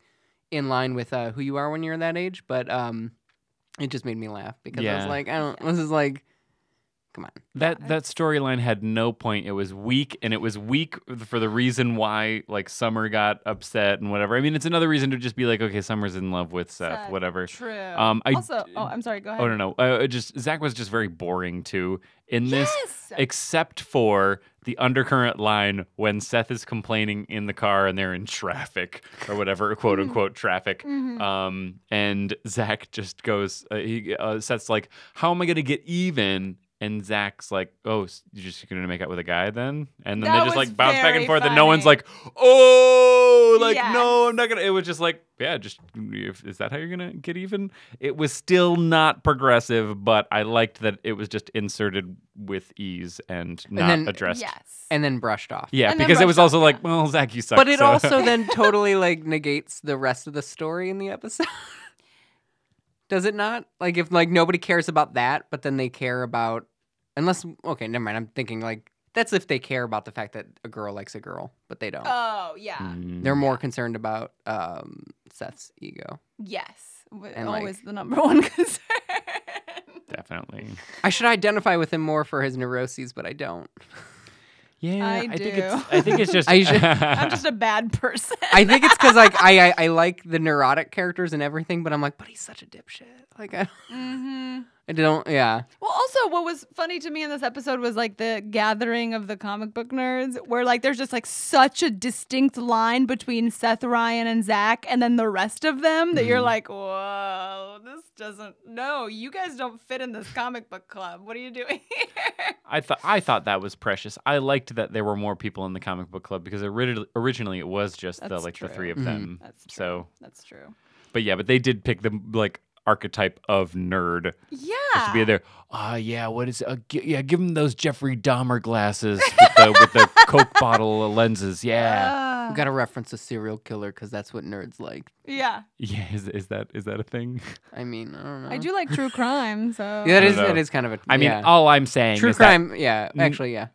Speaker 6: in line with uh, who you are when you're that age, but um, it just made me laugh because I was
Speaker 5: Yeah.
Speaker 6: like, I don't. This is like, come on.
Speaker 5: That that storyline had no point. It was weak, and it was weak for the reason why like Summer got upset and whatever. I mean, it's another reason to just be like, okay, Summer's in love with Seth,
Speaker 4: Seth,
Speaker 5: whatever.
Speaker 4: True.
Speaker 5: Um, I
Speaker 4: also, oh, I'm sorry. Go ahead.
Speaker 5: Oh no, no. Uh, it just Zach was just very boring too in this,
Speaker 4: Yes.
Speaker 5: except for the undercurrent line when Seth is complaining in the car and they're in traffic or
Speaker 4: (laughs)
Speaker 5: whatever,
Speaker 4: Mm-hmm.
Speaker 5: quote unquote traffic. Um, and Zach just goes, uh, he, uh, Seth's like, "How am I gonna get even?" And Zach's like, "Oh, s- you're just gonna make out with a guy then?" And then
Speaker 4: That
Speaker 5: they
Speaker 4: was
Speaker 5: just like bounce back
Speaker 4: very
Speaker 5: and forth, and no one's
Speaker 4: funny.
Speaker 5: like, "Oh, like no,
Speaker 4: Yes.
Speaker 5: I'm not gonna." It was just like, "Yeah, just if, is that how you're gonna get even?" It was still not progressive, but I liked that it was just inserted with ease and not
Speaker 6: then-
Speaker 5: addressed.
Speaker 4: Yes.
Speaker 6: and then brushed off.
Speaker 5: Yeah,
Speaker 4: And then
Speaker 5: because it
Speaker 4: brushed
Speaker 5: was
Speaker 4: off,
Speaker 5: also
Speaker 4: yeah.
Speaker 5: like, "Well, Zach, you suck."
Speaker 6: But it
Speaker 5: so- (laughs)
Speaker 6: also then totally like negates the rest of the story in the episode. (laughs) Does it not? Like if like nobody cares about that, but then they care about unless okay, never mind. I'm thinking like that's if they care about the fact that a girl likes a girl, but they don't.
Speaker 4: Oh yeah.
Speaker 5: Mm.
Speaker 6: They're more concerned about um, Seth's ego.
Speaker 4: Yes. W-
Speaker 6: And, like-
Speaker 4: Always the number (laughs) one concern.
Speaker 5: definitely.
Speaker 6: I should identify with him more for his neuroses, but I don't.
Speaker 5: Yeah,
Speaker 4: I
Speaker 5: think
Speaker 4: do.
Speaker 5: it's. I
Speaker 4: (laughs)
Speaker 5: think it's just. (laughs)
Speaker 6: I should-
Speaker 4: I'm just a bad person.
Speaker 6: I think it's because like I, I I like the neurotic characters and everything, but I'm like, but he's such a dipshit. Like I,
Speaker 4: hmm
Speaker 6: (laughs) I don't. Yeah.
Speaker 4: Well, also, what was funny to me in this episode was like the gathering of the comic book nerds, where like there's just like such a distinct line between Seth Ryan and Zach, and then the rest of them that
Speaker 5: Mm-hmm.
Speaker 4: you're like, whoa, this doesn't. No, you guys don't fit in this comic book club. What are you doing (laughs) here?
Speaker 5: I thought I thought that was precious. I liked that there were more people in the comic book club because orid- originally it was just the
Speaker 4: That's
Speaker 5: like the
Speaker 4: true.
Speaker 5: three of
Speaker 6: Mhm.
Speaker 5: them.
Speaker 4: That's true.
Speaker 5: So,
Speaker 4: That's true.
Speaker 5: but yeah, but they did pick the like archetype of nerd just
Speaker 4: Yeah.
Speaker 5: to be there. Ah, yeah. What is? Uh, gi- yeah, give him those Jeffrey Dahmer glasses with the
Speaker 4: (laughs)
Speaker 5: with the Coke bottle lenses. Yeah.
Speaker 4: Ah.
Speaker 6: We gotta reference a serial killer because that's what nerds like.
Speaker 4: yeah.
Speaker 5: yeah. Is, is that is that a thing?
Speaker 6: I mean, I don't know.
Speaker 4: I do like true crime,
Speaker 5: (laughs)
Speaker 4: so.
Speaker 6: Yeah, that
Speaker 5: I
Speaker 6: is
Speaker 5: don't
Speaker 6: that
Speaker 5: know.
Speaker 6: is kind of a.
Speaker 5: I mean,
Speaker 6: yeah.
Speaker 5: all I'm saying
Speaker 6: true
Speaker 5: is that-
Speaker 6: crime. Yeah,
Speaker 5: (laughs)
Speaker 6: actually, yeah.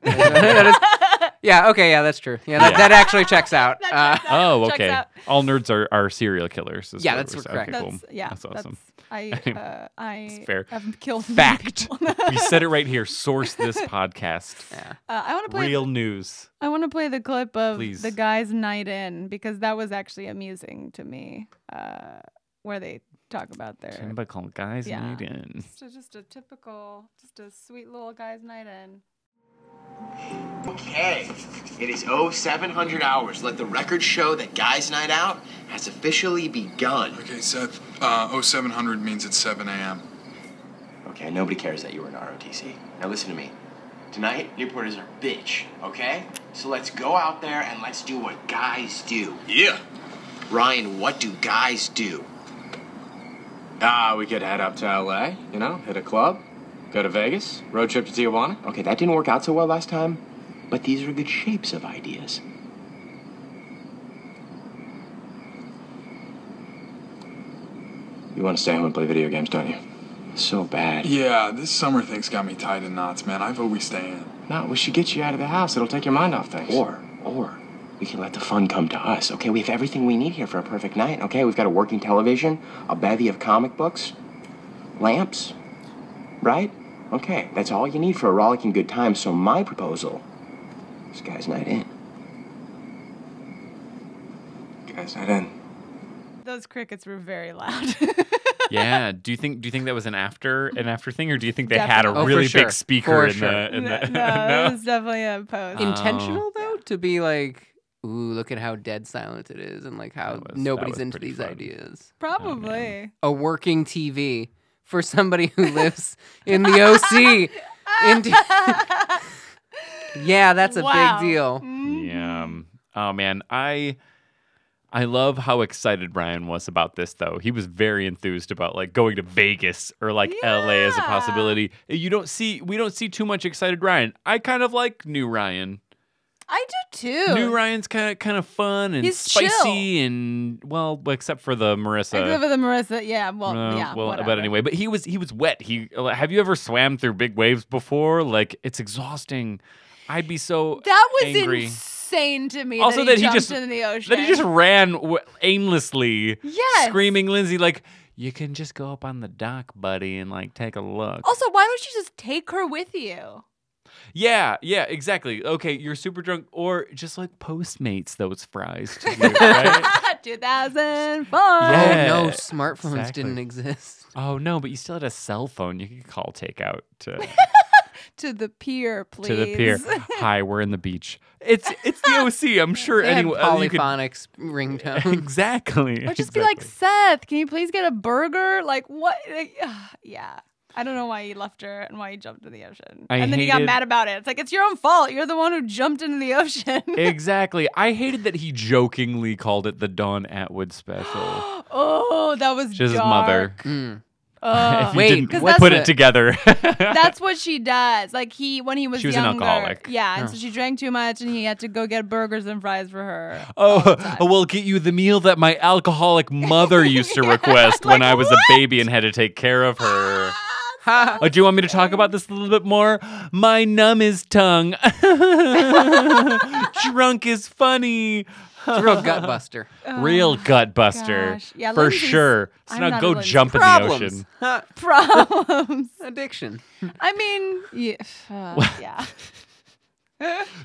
Speaker 4: (laughs)
Speaker 6: That is- yeah. Okay. Yeah, that's true. Yeah, that,
Speaker 5: Yeah.
Speaker 6: that actually checks out.
Speaker 4: That
Speaker 6: Uh,
Speaker 4: checks out.
Speaker 5: Oh,
Speaker 4: Checks
Speaker 5: okay.
Speaker 4: out.
Speaker 5: All nerds are, are serial killers. is
Speaker 6: Yeah,
Speaker 5: what
Speaker 6: that's
Speaker 5: we're saying.
Speaker 6: correct.
Speaker 5: Okay,
Speaker 4: That's,
Speaker 5: cool.
Speaker 4: yeah. (laughs)
Speaker 5: that's awesome. (laughs)
Speaker 4: I, uh, I
Speaker 5: fair.
Speaker 4: have killed many
Speaker 5: Fact.
Speaker 4: people.
Speaker 5: we said it right here. Source this podcast.
Speaker 4: (laughs) Uh, I want to play.
Speaker 5: Real news.
Speaker 4: I want to play the clip of
Speaker 5: Please.
Speaker 4: the guys' night in because that was actually amusing to me, uh, where they talk about their
Speaker 5: (laughs) Typical guys
Speaker 4: Yeah.
Speaker 5: need in.
Speaker 4: (laughs) just a, just a typical, just a sweet little guys' night in.
Speaker 10: Okay, it is 0700 hours. Let the record show that Guys Night Out has officially begun.
Speaker 7: Okay, Seth, uh, 0700 means it's 7 a.m.
Speaker 10: Okay, nobody cares that you were in ROTC. Now listen to me. Tonight, Newport is our bitch, okay? So let's go out there and let's do what guys do.
Speaker 7: Yeah.
Speaker 10: Ryan, what do guys do?
Speaker 7: Ah, we could head up to LA, you know, hit a club, go to Vegas, road trip to Tijuana.
Speaker 10: Okay, that didn't work out so well last time, but these are good shapes of ideas. You want to stay home and play video games, don't you? So bad.
Speaker 7: Yeah, this summer thing's got me tied in knots, man. I've always stay in.
Speaker 10: No, we should get you out of the house. It'll take your mind off things. Or, or, we can let the fun come to us. Okay, we have everything we need here for a perfect night. Okay, we've got a working television, a bevy of comic books, lamps, right? Okay, that's all you need for a rollicking good time. So my proposal is guys' night in.
Speaker 7: Guys, not in.
Speaker 4: Those crickets were very loud. (laughs)
Speaker 5: Yeah. Do you think do you think that was an after an after thing, or do you think they had
Speaker 6: Definitely.
Speaker 5: a
Speaker 6: Oh, for
Speaker 5: really
Speaker 6: sure.
Speaker 5: big speaker
Speaker 6: For
Speaker 5: in
Speaker 6: sure.
Speaker 5: the? In
Speaker 4: no,
Speaker 5: (laughs) the
Speaker 4: that was definitely a post.
Speaker 5: Uh,
Speaker 6: intentional though to be like, ooh, look at how dead silent it is, and like how
Speaker 5: That was- that
Speaker 6: nobody's
Speaker 5: was
Speaker 6: into
Speaker 5: pretty
Speaker 6: these
Speaker 5: fun.
Speaker 6: ideas.
Speaker 4: (laughs) Probably.
Speaker 6: A working TV for somebody who lives in the
Speaker 5: (laughs)
Speaker 6: OC. in- yeah, that's a
Speaker 4: Wow.
Speaker 6: big deal.
Speaker 4: Mm.
Speaker 5: Yeah. Oh man, I I love how excited Brian was about this though. He was very enthused about like going to Vegas or like LA as a
Speaker 4: Yeah.
Speaker 5: possibility. You don't see we don't see too much excited Ryan. I kind of like new Ryan.
Speaker 4: I do too.
Speaker 5: New Ryan's kind of kind of fun and
Speaker 4: He's
Speaker 5: spicy
Speaker 4: chill.
Speaker 5: and well, except for the Marissa.
Speaker 4: Except for the Marissa. Yeah. Well.
Speaker 5: Uh,
Speaker 4: yeah.
Speaker 5: well,
Speaker 4: whatever.
Speaker 5: but anyway, but he was he was wet. He have you ever swam through big waves before? Like it's exhausting. I'd be so
Speaker 4: That was
Speaker 5: angry.
Speaker 4: insane to me.
Speaker 5: also,
Speaker 4: that
Speaker 5: that
Speaker 4: he,
Speaker 5: he
Speaker 4: jumped
Speaker 5: just
Speaker 4: into the ocean.
Speaker 5: that he just ran w- aimlessly,
Speaker 4: Yes.
Speaker 5: screaming Lindsay like, "You can just go up on the dock, buddy, and like take a look."
Speaker 4: Also, why don't you just take her with you?
Speaker 5: Yeah, yeah, exactly. Okay, you're super drunk, or just like Postmates those fries
Speaker 4: (laughs)
Speaker 5: to you, right?
Speaker 4: 2004.
Speaker 5: Yeah.
Speaker 6: Oh no, smartphones
Speaker 5: exactly.
Speaker 6: didn't exist.
Speaker 5: oh no, but you still had a cell phone. You could call takeout to.
Speaker 4: To the pier, please. (laughs)
Speaker 5: to the pier. (laughs) Hi, we're in the beach. It's it's the OC. I'm sure
Speaker 6: They had
Speaker 5: anyone uh, you could-
Speaker 4: (laughs)
Speaker 6: polyphonic s-
Speaker 5: (laughs)
Speaker 6: ringtones.
Speaker 5: exactly.
Speaker 4: Or just be like, Seth, can you please get a burger? Like, what? Like, ugh, (sighs) yeah. I don't know why he left her and why he jumped in the ocean.
Speaker 5: I
Speaker 4: and then he got
Speaker 5: hated-
Speaker 4: mad about it. It's like it's your own fault. You're the one who jumped into the ocean.
Speaker 5: exactly. I hated that he jokingly called it the Don Atwood special.
Speaker 4: (laughs) oh, that was
Speaker 5: Just his mother. (laughs)
Speaker 4: dark.
Speaker 6: Mm.
Speaker 4: Ugh.
Speaker 5: if you
Speaker 6: Wait,
Speaker 5: didn't
Speaker 4: Uh, 'cause that's
Speaker 5: put
Speaker 4: the- (laughs)
Speaker 5: it together. (laughs)
Speaker 4: That's what she does. Like he when he was
Speaker 5: She was an
Speaker 4: younger.
Speaker 5: alcoholic.
Speaker 4: Yeah, and so she drank too much and he had to go get burgers and fries for her.
Speaker 5: Oh, we'll get you the meal that my alcoholic
Speaker 4: (laughs)
Speaker 5: mother used to request when
Speaker 4: like,
Speaker 5: I was a baby and had to take care of her.
Speaker 6: Ha.
Speaker 5: Oh, do you want me to talk about this a little bit more? My numb is tongue. (laughs) Drunk is funny.
Speaker 6: It's a real gut buster.
Speaker 5: Real gut buster.
Speaker 4: Oh gosh. Yeah,
Speaker 5: for
Speaker 4: Lindsay's-
Speaker 5: sure. So
Speaker 4: I'm
Speaker 5: now
Speaker 4: not a
Speaker 5: go
Speaker 4: Lindsay.
Speaker 5: jump in the
Speaker 6: Problems.
Speaker 5: ocean.
Speaker 6: Huh.
Speaker 4: (laughs) Problems.
Speaker 6: Addiction.
Speaker 4: I mean, yeah. (sighs) uh, yeah.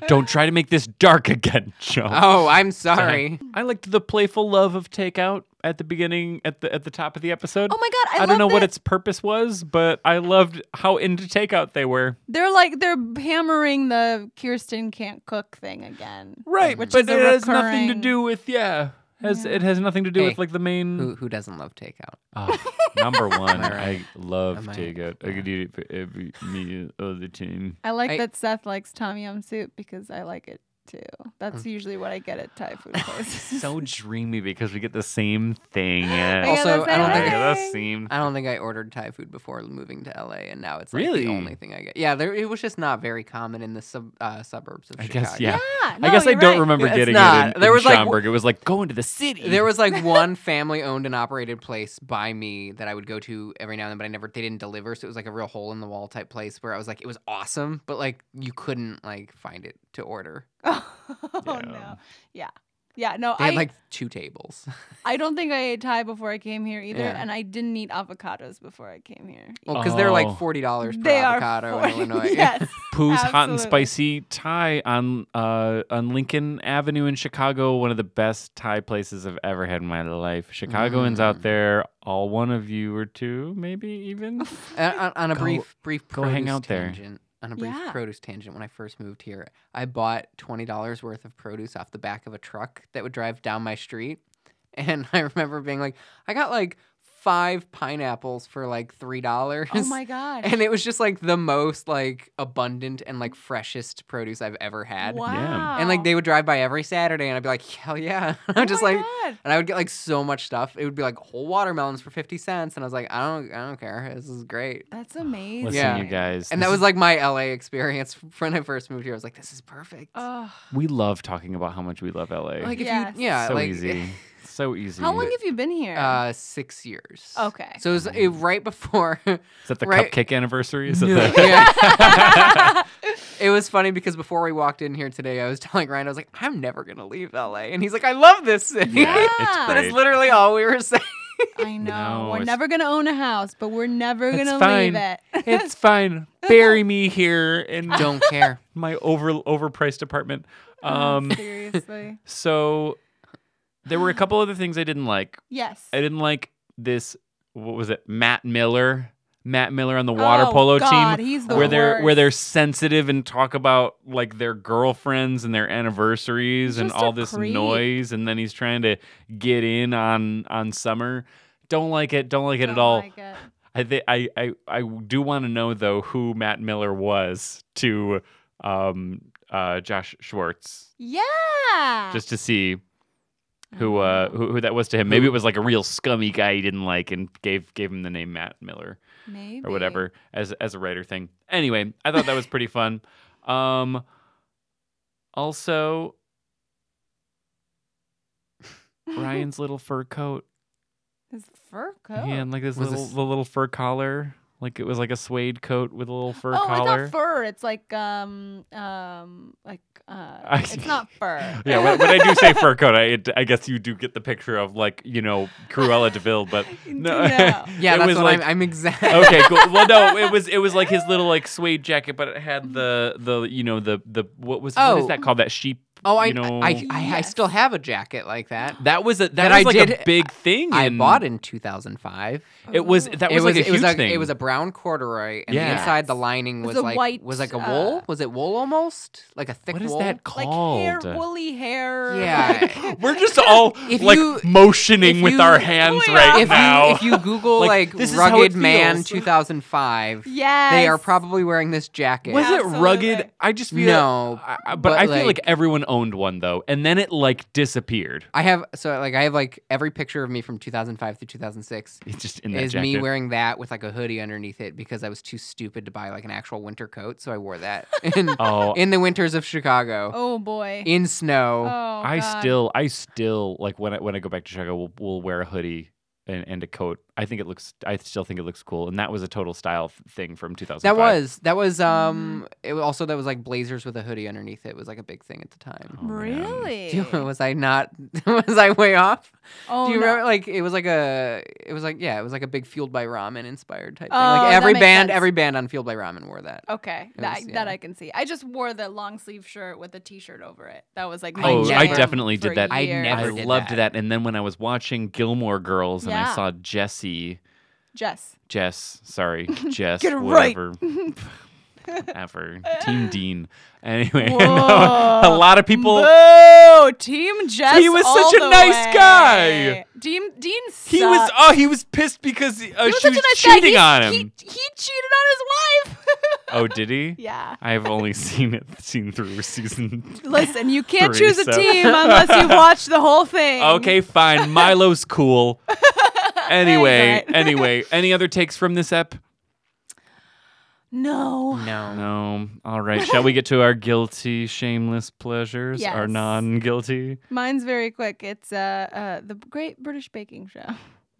Speaker 5: Don't try to make this dark again, Joe.
Speaker 4: (laughs)
Speaker 6: Oh,
Speaker 5: (laughs)
Speaker 6: I'm sorry.
Speaker 5: I liked the playful love of takeout at the beginning, at the at the top of the episode.
Speaker 4: Oh my God, I
Speaker 5: don't
Speaker 4: love
Speaker 5: know what
Speaker 4: that-
Speaker 5: its purpose was, but I loved how into takeout they were.
Speaker 4: They're like they're hammering the Kirsten can't cook thing again.
Speaker 6: Mm.
Speaker 5: Right,
Speaker 4: Which
Speaker 5: but
Speaker 4: is a
Speaker 5: it has nothing to
Speaker 4: recurring-
Speaker 5: do with yeah. Has it has nothing to do
Speaker 6: Hey,
Speaker 5: with like the main
Speaker 6: Who who doesn't love takeout?
Speaker 5: Ah, (laughs)
Speaker 6: (laughs)
Speaker 5: number one.
Speaker 6: I
Speaker 5: I
Speaker 6: right?
Speaker 5: love
Speaker 6: Am I-
Speaker 5: takeout. I could eat it for every meal of the
Speaker 6: (laughs)
Speaker 5: time.
Speaker 4: I like
Speaker 6: I-
Speaker 4: that Seth likes Tom Yum soup because I like it too. That's
Speaker 6: Mm.
Speaker 4: usually what I get at Thai
Speaker 6: (laughs)
Speaker 4: food places.
Speaker 5: So dreamy because we get the same
Speaker 6: (laughs)
Speaker 5: thing. Yeah.
Speaker 4: I got
Speaker 6: Also,
Speaker 4: the
Speaker 6: I don't
Speaker 4: same
Speaker 6: think
Speaker 5: I
Speaker 6: it-
Speaker 5: got the
Speaker 4: thing.
Speaker 5: same.
Speaker 6: I don't think I ordered Thai food before moving to LA, and now it's like
Speaker 5: Really?
Speaker 6: the only thing I get. Yeah, there, it was just not very common in the sub, uh, suburbs of
Speaker 5: I
Speaker 6: Chicago.
Speaker 5: guess yeah.
Speaker 4: Yeah,
Speaker 5: I
Speaker 4: no,
Speaker 5: guess I
Speaker 4: you're
Speaker 5: don't
Speaker 4: right.
Speaker 5: remember
Speaker 6: It's
Speaker 5: getting
Speaker 6: not.
Speaker 5: it in,
Speaker 6: There
Speaker 5: in
Speaker 6: was, like,
Speaker 5: Schaumburg. it was like going to the city.
Speaker 6: There was like one family owned and operated place by me that I would go to every now and then, but I never they didn't deliver, so it was like a real hole in the wall type place where I was like, it was awesome, but like you couldn't like find it to order.
Speaker 4: (laughs) oh
Speaker 5: Yeah.
Speaker 4: no. Yeah. Yeah. No,
Speaker 6: They
Speaker 4: I
Speaker 6: had like two tables. (laughs)
Speaker 4: I don't think I ate Thai before I came here either,
Speaker 6: Yeah.
Speaker 4: and I didn't eat avocados before I came here.
Speaker 6: Well, because they're like
Speaker 5: Oh.
Speaker 6: forty dollars per
Speaker 4: They are
Speaker 6: avocado
Speaker 4: for- (laughs)
Speaker 6: in Illinois. (laughs)
Speaker 4: yes.
Speaker 5: Pooh's hot and
Speaker 4: Absolutely.
Speaker 5: spicy Thai on uh, on Lincoln Avenue in Chicago. One of the best Thai places I've ever had in my life. Chicagoans out
Speaker 6: Mm.
Speaker 5: there, all one of you or two, maybe
Speaker 6: (laughs)
Speaker 5: even.
Speaker 6: And Uh, on, on a
Speaker 5: Go-
Speaker 6: brief, brief
Speaker 5: go
Speaker 6: produce
Speaker 5: hang out there.
Speaker 6: tangent, on a brief
Speaker 4: Yeah.
Speaker 6: produce tangent, when I first moved here, I bought twenty dollars worth of produce off the back of a truck that would drive down my street, (laughs) and I remember being like, I got like five pineapples for like three dollars.
Speaker 4: Oh my gosh.
Speaker 6: (laughs) And it was just like the most like abundant and like freshest produce I've ever had.
Speaker 4: wow. Oh
Speaker 6: And like they would drive by every Saturday, and I'd be like, hell yeah! (laughs) I'm just
Speaker 4: my
Speaker 6: like,
Speaker 4: God.
Speaker 6: and I would get like so much stuff. It would be like whole watermelons for fifty cents, and I was like, I don't, I don't care. This is great.
Speaker 4: That's amazing.
Speaker 5: Listen,
Speaker 6: Yeah.
Speaker 5: you guys.
Speaker 6: And
Speaker 5: this
Speaker 6: that
Speaker 5: is-
Speaker 6: was like my LA experience (laughs) when I first moved here. I was like, this is perfect.
Speaker 4: Ugh.
Speaker 5: we love talking about how much we love LA.
Speaker 6: like if
Speaker 4: Oh, Yes.
Speaker 6: you, yeah,
Speaker 5: so
Speaker 6: like
Speaker 5: easy,
Speaker 6: (laughs)
Speaker 5: so easy.
Speaker 4: how long have you been here?
Speaker 6: Uh, six years.
Speaker 4: Okay.
Speaker 6: So it was it,
Speaker 5: Mm-hmm. (laughs)
Speaker 6: right before. (laughs)
Speaker 5: is that the
Speaker 6: right-
Speaker 5: cupcake anniversary? Is that the-
Speaker 6: (laughs) Yeah. it was funny because before we walked in here today, I was (laughs) telling Ryan, I was like, I'm never gonna leave LA, and he's like, I love this city. (laughs)
Speaker 5: Yeah, it's
Speaker 4: Yeah.
Speaker 5: great.
Speaker 6: That is literally all we were (laughs) saying.
Speaker 4: I know.
Speaker 5: no,
Speaker 4: we're
Speaker 5: it's-
Speaker 4: never gonna own a house, but we're never
Speaker 5: It's
Speaker 4: gonna leave
Speaker 5: fine.
Speaker 4: it. (laughs)
Speaker 5: (laughs) it's fine. Bury me here in
Speaker 6: (laughs) Don't care.
Speaker 5: my over overpriced apartment.
Speaker 6: (laughs)
Speaker 5: Um,
Speaker 4: Seriously.
Speaker 5: so there were a couple other things I didn't like.
Speaker 4: Yes.
Speaker 5: I didn't like this. What was it? Matt Miller. Matt Miller on the water
Speaker 4: Oh,
Speaker 5: polo
Speaker 4: God,
Speaker 5: team,
Speaker 4: he's the
Speaker 5: where they're where they're
Speaker 4: worst.
Speaker 5: sensitive and talk about like their girlfriends and their anniversaries and
Speaker 4: Just a
Speaker 5: all this
Speaker 4: creep.
Speaker 5: noise, and then he's trying to get in on on summer. Don't like it. Don't like it at
Speaker 4: Don't
Speaker 5: all.
Speaker 4: like it.
Speaker 5: I think I I I do want to know though who Matt Miller was to um uh Josh Schwartz
Speaker 4: Yeah.
Speaker 5: just to see who
Speaker 4: Oh.
Speaker 5: uh who, who that was to him. Maybe it was like a real scummy guy he didn't like and gave gave him the name Matt Miller
Speaker 4: Maybe.
Speaker 5: or whatever as as a writer thing. Anyway, I thought that was pretty fun. Um
Speaker 4: (laughs)
Speaker 5: also Ryan's little fur coat.
Speaker 4: (laughs) His fur coat.
Speaker 5: Yeah, and like this
Speaker 6: Was
Speaker 5: little
Speaker 6: this-
Speaker 5: the little fur collar. Like it was like a suede coat with a little fur
Speaker 4: oh,
Speaker 5: collar.
Speaker 4: it's not fur. It's like um um like uh
Speaker 5: (laughs) I-
Speaker 4: it's not fur.
Speaker 5: (laughs) Yeah, when, when I
Speaker 4: (laughs)
Speaker 5: do say fur coat, I, it, I guess you do get the picture of like you know Cruella Deville,
Speaker 4: (laughs)
Speaker 5: but no,
Speaker 4: No.
Speaker 5: (laughs)
Speaker 4: Yeah,
Speaker 6: Yeah,
Speaker 5: it
Speaker 6: that's
Speaker 5: was
Speaker 6: what
Speaker 5: like oh,
Speaker 6: I'm. I'm exactly.
Speaker 5: okay, cool. Well, no, it was it was like his little like suede jacket, but it had the the you know the the what was what
Speaker 6: Oh.
Speaker 5: is that called that sheep
Speaker 6: (laughs) Oh, I,
Speaker 5: you know,
Speaker 6: I, I, I still have a jacket like that.
Speaker 5: that was a that,
Speaker 6: that
Speaker 5: was
Speaker 6: I
Speaker 5: like a
Speaker 6: did-
Speaker 5: big thing.
Speaker 6: I
Speaker 5: in-
Speaker 6: bought in 2005.
Speaker 5: It was that was,
Speaker 6: it was
Speaker 5: like a
Speaker 6: it was
Speaker 5: huge thing.
Speaker 6: it was a brown corduroy, and
Speaker 5: Yeah.
Speaker 6: the inside the lining
Speaker 4: It was
Speaker 6: was,
Speaker 4: a
Speaker 6: like
Speaker 4: white,
Speaker 6: was like a
Speaker 4: uh,
Speaker 6: wool. was it wool almost like a thick
Speaker 5: what is
Speaker 6: wool?
Speaker 5: that
Speaker 4: like
Speaker 5: called?
Speaker 4: hair, woolly hair.
Speaker 6: Yeah.
Speaker 5: (laughs) We're just all
Speaker 6: (laughs) If
Speaker 5: like
Speaker 6: you-
Speaker 5: motioning
Speaker 6: if
Speaker 5: with
Speaker 6: you-
Speaker 5: our hands
Speaker 4: Oh, yeah.
Speaker 5: right
Speaker 6: if
Speaker 5: now.
Speaker 6: you
Speaker 5: (laughs)
Speaker 6: if you Google
Speaker 5: Like,
Speaker 6: like,
Speaker 5: this is how it
Speaker 6: rugged man
Speaker 5: feels.
Speaker 4: (laughs)
Speaker 6: 2005,
Speaker 4: Yes.
Speaker 6: they are probably wearing this jacket.
Speaker 5: was it rugged?
Speaker 4: Absolutely.
Speaker 5: I just feel
Speaker 6: No,
Speaker 5: I- I- but,
Speaker 6: but,
Speaker 5: I feel like
Speaker 6: like-
Speaker 5: everyone owned one though, and then it like disappeared.
Speaker 6: I have so like I have like every picture of me from 2005 through 2006
Speaker 5: It's just in that
Speaker 6: is
Speaker 5: jacket.
Speaker 6: me wearing that with like a hoodie underneath it because I was too stupid to buy like an actual winter coat, so I wore that (laughs) in,
Speaker 5: oh,
Speaker 6: in the winters of Chicago
Speaker 4: Oh boy.
Speaker 6: in snow.
Speaker 4: oh,
Speaker 5: I
Speaker 4: God.
Speaker 5: still, I still like when I when I go back to Chicago, we'll, we'll wear a hoodie and, and a coat. I think it looks, I still think it looks cool, and that was a total style f- thing from 2005.
Speaker 6: That was that was um it was also that was like blazers with a hoodie underneath it was like a big thing at the time.
Speaker 5: Oh, man.
Speaker 4: really.
Speaker 6: (laughs) Do you- was I not (laughs) was I way off?
Speaker 4: oh,
Speaker 6: Do you
Speaker 4: no.
Speaker 6: remember like it was like a it was like yeah, it was like a big fueled by ramen inspired type
Speaker 4: Oh,
Speaker 6: thing. Like
Speaker 4: that
Speaker 6: every
Speaker 4: makes
Speaker 6: band
Speaker 4: sense.
Speaker 6: every band on Fueled by Ramen wore that.
Speaker 4: Okay,
Speaker 6: It
Speaker 4: that
Speaker 6: was-
Speaker 4: that
Speaker 6: yeah.
Speaker 4: I can see. I just wore the long sleeve shirt with a t-shirt over it. That was like my
Speaker 5: Oh, I
Speaker 4: jam
Speaker 5: definitely did
Speaker 4: for
Speaker 5: that.
Speaker 6: I
Speaker 4: years.
Speaker 5: I
Speaker 6: never did
Speaker 5: loved that.
Speaker 6: that.
Speaker 5: And then when I was watching Gilmore Girls and I
Speaker 4: Yeah.
Speaker 5: saw Jesse,
Speaker 4: Jess.
Speaker 5: Jess, sorry, Jess,
Speaker 4: (laughs) Get it right. (laughs)
Speaker 5: whatever. Ever. Team Dean. Anyway, (laughs) I know a lot of people.
Speaker 4: Boo! Team Jess.
Speaker 5: He was such
Speaker 4: all
Speaker 5: a
Speaker 4: the
Speaker 5: nice
Speaker 4: way.
Speaker 5: guy.
Speaker 4: Dean Dean. Sucked.
Speaker 5: He was oh he was pissed because uh,
Speaker 4: He was
Speaker 5: she
Speaker 4: such
Speaker 5: was
Speaker 4: a nice guy.
Speaker 5: cheating
Speaker 4: He-
Speaker 5: on him.
Speaker 4: He, he cheated on his wife. (laughs)
Speaker 5: Oh, did he?
Speaker 4: yeah.
Speaker 5: I've only (laughs) seen it seen through (laughs) season.
Speaker 4: Listen, you can't
Speaker 5: Three,
Speaker 4: choose a
Speaker 5: so-
Speaker 4: team
Speaker 5: (laughs)
Speaker 4: unless you've watched the whole thing.
Speaker 5: Okay, fine. Milo's
Speaker 4: (laughs)
Speaker 5: cool. Anyway,
Speaker 4: Right.
Speaker 5: anyway, any other takes from this ep?
Speaker 4: No.
Speaker 6: No.
Speaker 5: No. All right. Shall we get to our guilty, shameless pleasures? Our
Speaker 4: Yes.
Speaker 5: non-guilty.
Speaker 4: Mine's very quick. It's uh, uh the Great British Baking Show.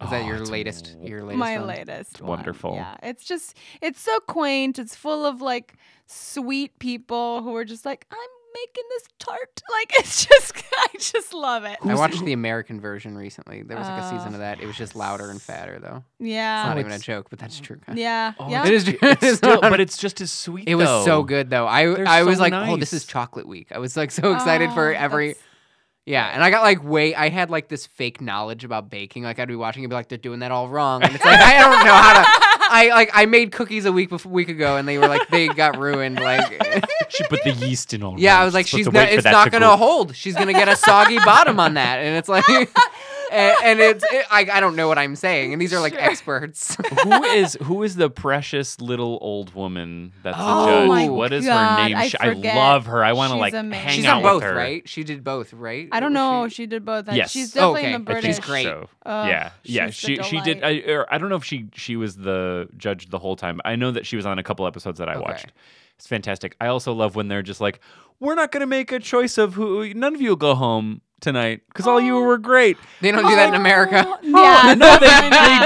Speaker 6: Is that
Speaker 5: Oh,
Speaker 6: your
Speaker 5: it's
Speaker 6: latest
Speaker 5: w-
Speaker 6: your latest
Speaker 4: my
Speaker 6: one?
Speaker 4: latest one.
Speaker 5: wonderful.
Speaker 4: yeah it's just it's so quaint it's full of like sweet people who are just like i'm making this tart (laughs) like it's just (laughs) i just love it
Speaker 6: I watched the American version recently. There was like a season
Speaker 4: Oh.
Speaker 6: of that. It was just louder and fatter though. It's
Speaker 4: yeah
Speaker 6: not even a joke, but that's true.
Speaker 4: yeah
Speaker 5: Oh,
Speaker 4: yeah
Speaker 6: (laughs) It is
Speaker 5: It's still, but it's just as sweet.
Speaker 6: It was
Speaker 5: though.
Speaker 6: so
Speaker 4: (laughs)
Speaker 6: good though. I
Speaker 5: They're
Speaker 6: I
Speaker 5: so
Speaker 6: was like, oh,
Speaker 5: nice.
Speaker 6: this is chocolate week. I was like so excited for
Speaker 4: Oh,
Speaker 6: every
Speaker 4: that's-
Speaker 6: yeah, and I got like way I had like this fake knowledge about baking. Like I'd be watching and be like, they're doing that all wrong. And it's like I don't
Speaker 4: (laughs)
Speaker 6: know how to I like I made cookies a week before, week ago and they were like they got
Speaker 5: (laughs)
Speaker 6: ruined. Like
Speaker 5: She put the yeast in all.
Speaker 6: Yeah,
Speaker 5: wrong.
Speaker 6: I was like,
Speaker 5: supposed
Speaker 6: she's
Speaker 5: to
Speaker 6: not,
Speaker 5: wait for
Speaker 6: it's
Speaker 5: that
Speaker 6: not
Speaker 5: to
Speaker 6: gonna
Speaker 5: cool.
Speaker 6: hold. She's gonna get a soggy bottom on that, and
Speaker 4: (laughs)
Speaker 6: it's like, and, and it's it, I, I don't know what I'm saying, and these are like experts.
Speaker 5: who is who is the precious little old woman that's the
Speaker 6: Oh
Speaker 5: judge?
Speaker 6: my
Speaker 5: What is
Speaker 4: God,
Speaker 5: her name?
Speaker 4: I
Speaker 5: She- I,
Speaker 4: forget.
Speaker 5: love her. I want to
Speaker 4: She's
Speaker 5: like
Speaker 4: amazing.
Speaker 5: hang
Speaker 6: she's
Speaker 5: out
Speaker 6: on both,
Speaker 5: with her.
Speaker 6: right? She did both, right?
Speaker 4: i don't
Speaker 6: Was
Speaker 4: know
Speaker 6: she-
Speaker 4: she did both I-
Speaker 5: Yes.
Speaker 4: she's
Speaker 6: Oh,
Speaker 4: definitely in the
Speaker 6: okay. I
Speaker 5: I
Speaker 4: british
Speaker 5: think
Speaker 6: British. great.
Speaker 5: So.
Speaker 4: Oh,
Speaker 5: yeah, yeah.
Speaker 4: she's
Speaker 5: She
Speaker 4: the
Speaker 5: she did. I,
Speaker 4: delight.
Speaker 5: or I don't know if she she was the judge the whole time. I know that she was on a couple episodes that I
Speaker 6: Okay.
Speaker 5: watched. It's fantastic. I also love when they're just like, we're not gonna make a choice of who. None of you will go home tonight because all you were great.
Speaker 6: They don't do that in
Speaker 4: Oh.
Speaker 6: America.
Speaker 4: yeah
Speaker 5: Oh, No, they,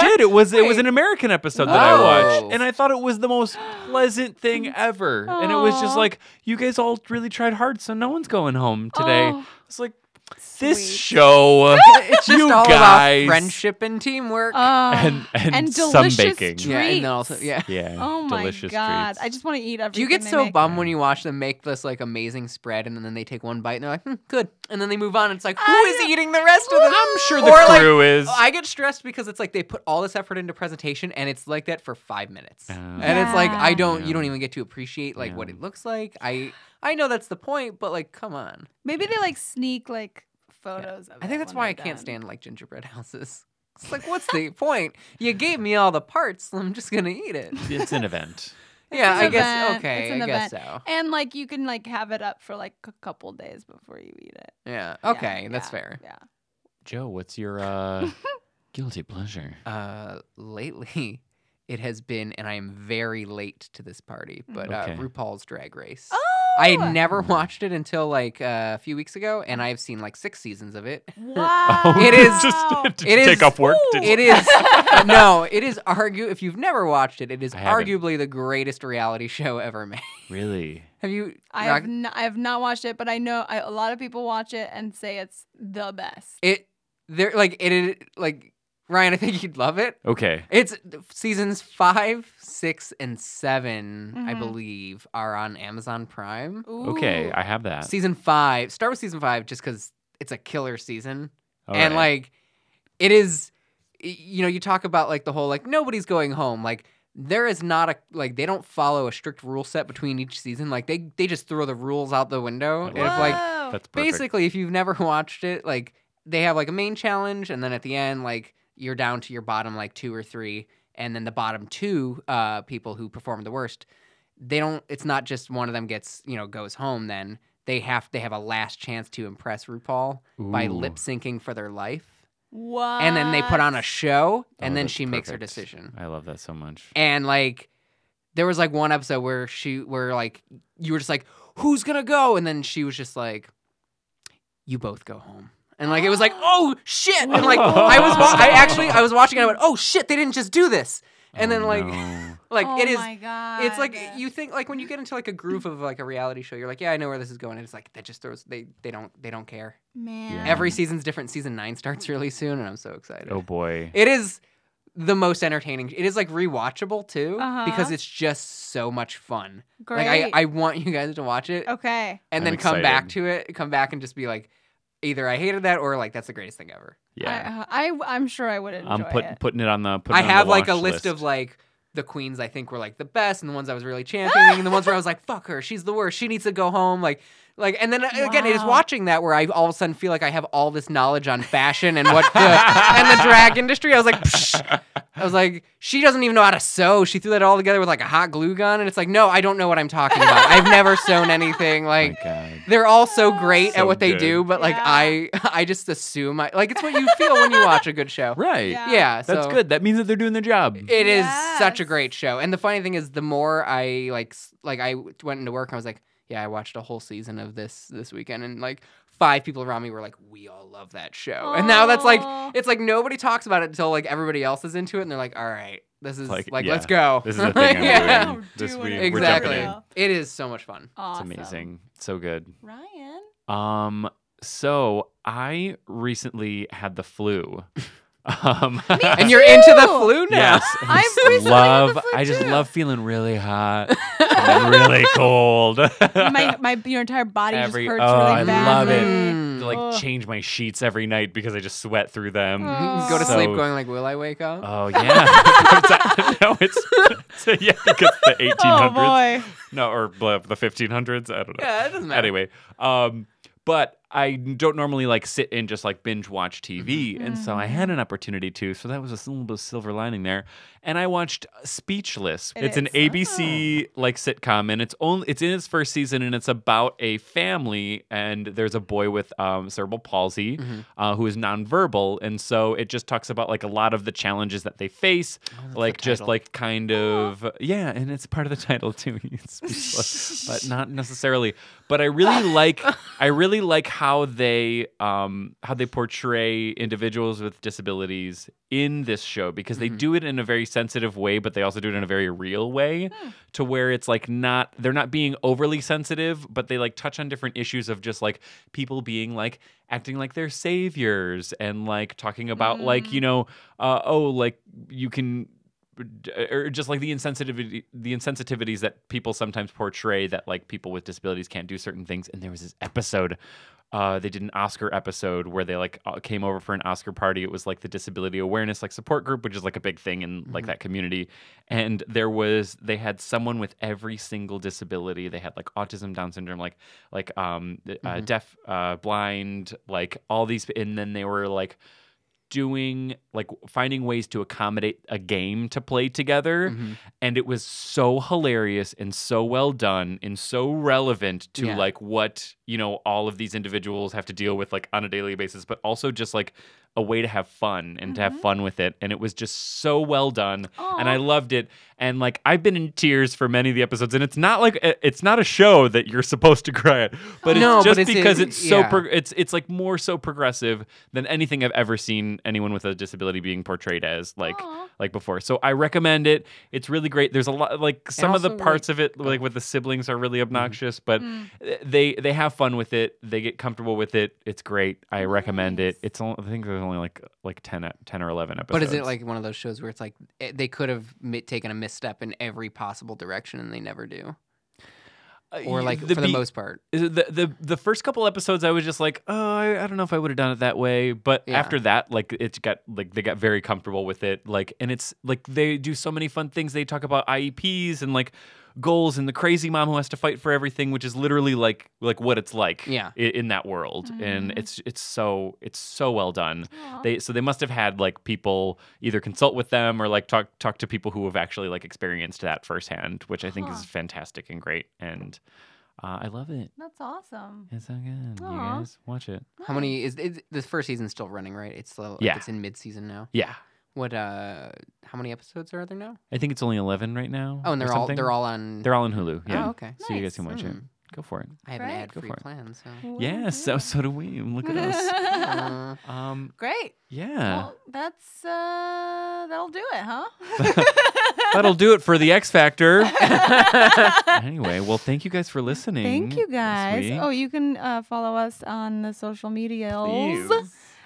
Speaker 5: they did. It was it was an American episode that I
Speaker 6: Whoa.
Speaker 5: watched, and I thought it was the most pleasant thing ever. And it was just
Speaker 4: Aw.
Speaker 5: like, you guys all really tried hard, so no one's going home today.
Speaker 4: Aw.
Speaker 5: It's like
Speaker 4: Sweet.
Speaker 5: this show.
Speaker 6: It's just
Speaker 5: you
Speaker 6: all
Speaker 5: guys.
Speaker 6: about friendship and teamwork.
Speaker 4: Oh,
Speaker 6: (sighs)
Speaker 5: And- and some
Speaker 4: delicious
Speaker 5: baking.
Speaker 4: treats.
Speaker 6: yeah, and then also yeah.
Speaker 5: Yeah.
Speaker 4: oh my
Speaker 5: delicious
Speaker 4: god
Speaker 5: treats.
Speaker 4: i just want to eat everything
Speaker 6: Do you get
Speaker 4: they
Speaker 6: so
Speaker 4: make.
Speaker 6: bummed when you watch them make this like amazing spread, and then they take one bite and they're like, hmm, "Good," and then they move on? And it's like, who
Speaker 4: I
Speaker 6: is
Speaker 4: know.
Speaker 6: eating the rest of this?
Speaker 5: I'm sure the
Speaker 6: Or, like,
Speaker 5: crew is.
Speaker 6: I get stressed because it's like they put all this effort into presentation and it's like that for five minutes. and it's like I
Speaker 4: Yeah.
Speaker 6: don't
Speaker 5: Yeah.
Speaker 6: you don't even get to appreciate like what
Speaker 5: Yeah.
Speaker 6: it looks like. I I know that's the point, but like come on.
Speaker 4: maybe they like sneak like photos of
Speaker 6: I
Speaker 4: it
Speaker 6: think that's
Speaker 4: when
Speaker 6: why
Speaker 4: they're
Speaker 6: I can't
Speaker 4: done.
Speaker 6: stand like gingerbread houses. It's like what's the point? You gave me all the parts, I'm just gonna eat it.
Speaker 5: (laughs) it's an event.
Speaker 6: yeah,
Speaker 4: an
Speaker 6: I guess
Speaker 4: event.
Speaker 6: okay,
Speaker 4: It's an
Speaker 6: I guess
Speaker 4: event.
Speaker 6: so.
Speaker 4: And like you can like have it up for like a couple days before you eat it.
Speaker 6: Yeah.
Speaker 4: Yeah,
Speaker 6: Okay, that's
Speaker 4: yeah,
Speaker 6: fair.
Speaker 4: Yeah.
Speaker 5: Joe, what's your
Speaker 6: (laughs)
Speaker 5: uh, guilty pleasure?
Speaker 6: Uh lately (laughs) it has been and I am very late to this party, but
Speaker 5: Okay.
Speaker 6: uh RuPaul's drag race.
Speaker 4: Mm, Oh,
Speaker 6: I had never
Speaker 5: Mm.
Speaker 6: watched it until like uh, a few weeks ago, and I've seen like six seasons
Speaker 4: (laughs)
Speaker 6: of it.
Speaker 4: Wow.
Speaker 6: Uh,
Speaker 5: (laughs)
Speaker 6: It is-
Speaker 5: Oh,
Speaker 6: oh,
Speaker 5: Just, did
Speaker 6: it
Speaker 5: you
Speaker 6: is-
Speaker 5: take off work? Did you-
Speaker 4: (laughs)
Speaker 6: It is no, it is argue. If you've never watched it, it is
Speaker 5: I haven't.
Speaker 6: arguably the greatest reality (laughs) show ever made.
Speaker 5: really?
Speaker 6: Have you?
Speaker 4: I
Speaker 6: Rock-
Speaker 4: have not, I have not watched it, but I know I, a lot of people watch it and say it's the best.
Speaker 6: it. There, like it, is- like Ryan, I think you'd love it.
Speaker 5: Okay.
Speaker 6: It's seasons five, six, and 7 I believe, are on Amazon Prime.
Speaker 5: Okay, Uh, I have that.
Speaker 6: Season five, start with season five just because it's a killer season.
Speaker 5: All
Speaker 6: and
Speaker 5: right.
Speaker 6: like, it is, y- you know, you talk about like the whole like nobody's going home. Like, there is not a like they don't follow a strict rule set between each season. Like they they just throw the rules out the window. And if like
Speaker 4: Whoa.
Speaker 5: that's perfect.
Speaker 6: basically if you've never (laughs) watched it like they have like a main challenge and then at the end like you're down to your bottom like two or three and then the bottom two uh, people who perform the worst they don't it's not just one of them gets you know goes home then they have they have a last chance to impress rupaul by
Speaker 5: Ooh.
Speaker 6: lip syncing for their life
Speaker 4: What?
Speaker 6: and then they put on a show and
Speaker 5: Oh,
Speaker 6: then
Speaker 5: that's
Speaker 6: she makes her
Speaker 5: perfect.
Speaker 6: decision
Speaker 5: I love that so much.
Speaker 6: and like there was like one episode where she where like you were just like who's gonna go and then she was just like you both go home and like it was like oh shit and like i was wa- i actually i was watching and i went oh shit they didn't just do this and then
Speaker 5: Oh,
Speaker 6: like
Speaker 5: no.
Speaker 6: like
Speaker 4: oh
Speaker 6: it is
Speaker 4: My God.
Speaker 6: it's like you think like when you get into like a groove of like a reality show you're like yeah i know where this is going and it's like that just throws they they don't they don't care
Speaker 4: man.
Speaker 5: Mm.
Speaker 6: every season's different season nine starts really soon and i'm so excited
Speaker 5: oh boy.
Speaker 6: (laughs) it is the most entertaining. It is like rewatchable too
Speaker 4: Uh-huh.
Speaker 6: because it's just so much fun.
Speaker 4: Great.
Speaker 6: Like I, I want you guys to watch it
Speaker 4: okay.
Speaker 6: and
Speaker 5: I'm
Speaker 6: then come back
Speaker 5: excited.
Speaker 6: to it, come back and just be like, either I hated that or like that's the greatest thing ever.
Speaker 5: yeah.
Speaker 4: uh, I, I am sure I would enjoy
Speaker 5: I'm putting
Speaker 4: it.
Speaker 5: putting it on the. Putting
Speaker 6: I
Speaker 5: it on the
Speaker 6: have like a
Speaker 5: watch
Speaker 6: list, of like the queens I think were like the best and the ones I was really championing and the ones where I was like, fuck her, she's the worst. She needs to go home. Like like and then uh, again it is
Speaker 4: Wow.
Speaker 6: watching that where I all of a sudden feel like I have all this knowledge on fashion and what the and the drag industry. I was like Psh. I was like, she doesn't even know how to sew. She threw that all together with like a hot glue gun and it's like, no, I don't know what I'm talking about. I've never sewn anything.
Speaker 5: (laughs) Oh
Speaker 6: (laughs) Like
Speaker 5: my God.
Speaker 6: they're all so great
Speaker 5: So
Speaker 6: at what they
Speaker 5: good.
Speaker 6: do, but like
Speaker 4: Yeah.
Speaker 6: I I just assume I like it's what you feel when you watch a good show.
Speaker 5: Right.
Speaker 4: Yeah.
Speaker 6: Yeah,
Speaker 5: That's
Speaker 6: so-
Speaker 5: good. That means that they're doing their job.
Speaker 6: it is such a
Speaker 4: Yes.
Speaker 6: great show. And the funny thing is, the more I like, s- like I w- went into work and I was like, yeah, I watched a whole season of this this weekend, and like five people around me were like, we all love that show. And now that's like,
Speaker 4: Aw.
Speaker 6: it's like nobody talks about it until like everybody else is into it, and they're like, all right, this is
Speaker 5: Like,
Speaker 6: like,
Speaker 5: yeah,
Speaker 6: let's go.
Speaker 5: This is the
Speaker 6: (laughs)
Speaker 5: thing I'm
Speaker 6: yeah,
Speaker 5: doing this
Speaker 4: Do
Speaker 5: week.
Speaker 4: it.
Speaker 5: We're jumping
Speaker 6: exactly.
Speaker 5: in.
Speaker 4: Wow.
Speaker 6: It is so much
Speaker 5: (laughs)
Speaker 6: fun.
Speaker 5: It's
Speaker 4: Awesome.
Speaker 5: amazing. So good. (laughs)
Speaker 4: Ryan.
Speaker 5: Um. So I recently had the flu. Um.
Speaker 6: And you're into the
Speaker 4: Ew.
Speaker 6: flu
Speaker 5: (laughs)
Speaker 6: now.
Speaker 5: Yes, I
Speaker 4: I've
Speaker 5: just
Speaker 4: recently had the
Speaker 5: love.
Speaker 4: flu
Speaker 5: I just
Speaker 4: too.
Speaker 5: love feeling really hot and really cold. (laughs)
Speaker 4: my, my your entire body
Speaker 5: Every-
Speaker 4: just hurts
Speaker 5: oh,
Speaker 4: really Mm.
Speaker 5: I love it.
Speaker 4: badly.
Speaker 6: Mm,
Speaker 5: to like change my sheets every night because I just sweat through them.
Speaker 4: Oh.
Speaker 6: Mm. Go to
Speaker 5: So-
Speaker 6: sleep going like, will I wake up?
Speaker 5: Oh (laughs) yeah. no, it's (laughs) so, yeah because the 1800s.
Speaker 4: Oh boy.
Speaker 5: No, or blah, the 1500s. I don't know.
Speaker 6: yeah, it doesn't matter.
Speaker 5: Anyway, um, but I don't normally like sit and just like binge watch TV,
Speaker 4: Mm-hmm.
Speaker 5: and so I had an opportunity to. So that was a little bit of silver lining there. And I watched uh, Speechless.
Speaker 4: It
Speaker 5: it's an
Speaker 4: is. Oh.
Speaker 5: ABC like sitcom, and it's only it's in its first season, and it's about a family, and there's a boy with um, cerebral palsy
Speaker 4: Mm-hmm.
Speaker 5: uh, who is nonverbal, and so it just talks about like a lot of the challenges that they face,
Speaker 4: Oh,
Speaker 5: like just
Speaker 6: title.
Speaker 5: like
Speaker 4: (gasps)
Speaker 5: kind of yeah, and it's part of the title too. (laughs) It's speechless, but not necessarily. But I really like I really like how they um how they portray individuals with disabilities in this show because they do it in a very sensitive way, but they also do it in a very real way to where it's like not they're not being overly sensitive, but they like touch on different issues of just like people being like acting like they're saviors and like talking about like you know uh, oh like you can or just like the insensitivity the insensitivities that people sometimes portray that like people with disabilities can't do certain things and there was this episode uh, they did an Oscar episode where they like uh, came over for an Oscar party. It was like the disability awareness like support group, which is like a big thing in like that community. And there was they had someone with every single disability. They had like autism, Down syndrome, like like um uh, deaf, uh, blind, like all these. And then they were like doing like finding ways to accommodate a game to play together
Speaker 6: Mm-hmm.
Speaker 5: and it was so hilarious and so well done and so relevant to
Speaker 6: Yeah.
Speaker 5: like what you know all of these individuals have to deal with like on a daily basis but also just like a way to have fun and to have fun with it and it was just so well done
Speaker 4: Oh,
Speaker 5: and i loved it and like i've been in tears for many of the episodes and it's not like eh, it's not a show that you're (laughs) supposed to cry at but it's
Speaker 6: No, but
Speaker 5: just
Speaker 6: it's a-
Speaker 5: because it's so
Speaker 6: yeah.
Speaker 5: pro- it's it's like more so progressive than anything I've ever seen anyone with a disability being portrayed as like
Speaker 4: Aw.
Speaker 5: like before. So I recommend it. It's really great. There's a lot like some of the
Speaker 6: also, like- oh. Mm.
Speaker 5: parts of it like with the siblings are really
Speaker 6: Mm-hmm.
Speaker 5: obnoxious, but th- they they have fun with it. They get comfortable with it. It's great. I recommend it. It's only, I think there's only like like 10, e- 10 or 11 episodes.
Speaker 6: But is it like one of those shows where it's like eh, they could have mi- taken a misstep in every possible direction and they never do,
Speaker 5: Uh,
Speaker 6: or
Speaker 5: y-
Speaker 6: like for the
Speaker 5: be-
Speaker 6: most part?
Speaker 5: is it the, the the first couple episodes I was just like, oh, I, I don't know if I would have done it that way. But
Speaker 6: Yeah.
Speaker 5: after that, like it got like they got very comfortable with it. Like and it's like they do so many fun things. They talk about IEPs and like goals and the crazy mom who has to fight for everything, which is literally like like what it's like
Speaker 6: Yeah.
Speaker 5: i- in, that world. And it's it's so it's so well done. They so they must have had like people either consult with them or like talk talk to people who have actually like experienced that firsthand, which I think is fantastic and great. And uh, I love it.
Speaker 4: That's awesome.
Speaker 5: It's so good. You
Speaker 4: Aw.
Speaker 5: guys watch it.
Speaker 6: How many is, is the first season's still running? Right? It's still, like,
Speaker 5: Hmm. Yeah.
Speaker 6: It's in mid season now.
Speaker 5: Yeah.
Speaker 6: What? Uh, how many episodes are there now?
Speaker 5: I think it's only 11 right now.
Speaker 6: Oh, and
Speaker 5: or
Speaker 6: they're all
Speaker 5: something.
Speaker 6: they're all on.
Speaker 5: They're all on Hulu. Yeah.
Speaker 6: Oh, okay.
Speaker 5: So you guys can watch it.
Speaker 6: Hmm.
Speaker 5: Go for it.
Speaker 6: I have an
Speaker 4: Great.
Speaker 6: ad free
Speaker 5: Go for it.
Speaker 6: plan. So.
Speaker 4: Well,
Speaker 5: Yeah, so
Speaker 4: yeah.
Speaker 5: so do we.
Speaker 4: (laughs)
Speaker 5: Look at us.
Speaker 6: Uh,
Speaker 5: Um
Speaker 4: Great.
Speaker 5: yeah.
Speaker 4: Well, (laughs) that's uh, that'll do it, huh?
Speaker 5: That'll do it for the X Factor. anyway, well, thank you guys for listening.
Speaker 4: (laughs) Thank you
Speaker 5: this
Speaker 4: guys.
Speaker 5: week.
Speaker 4: Oh, you can uh, follow us on the social medias
Speaker 5: Please.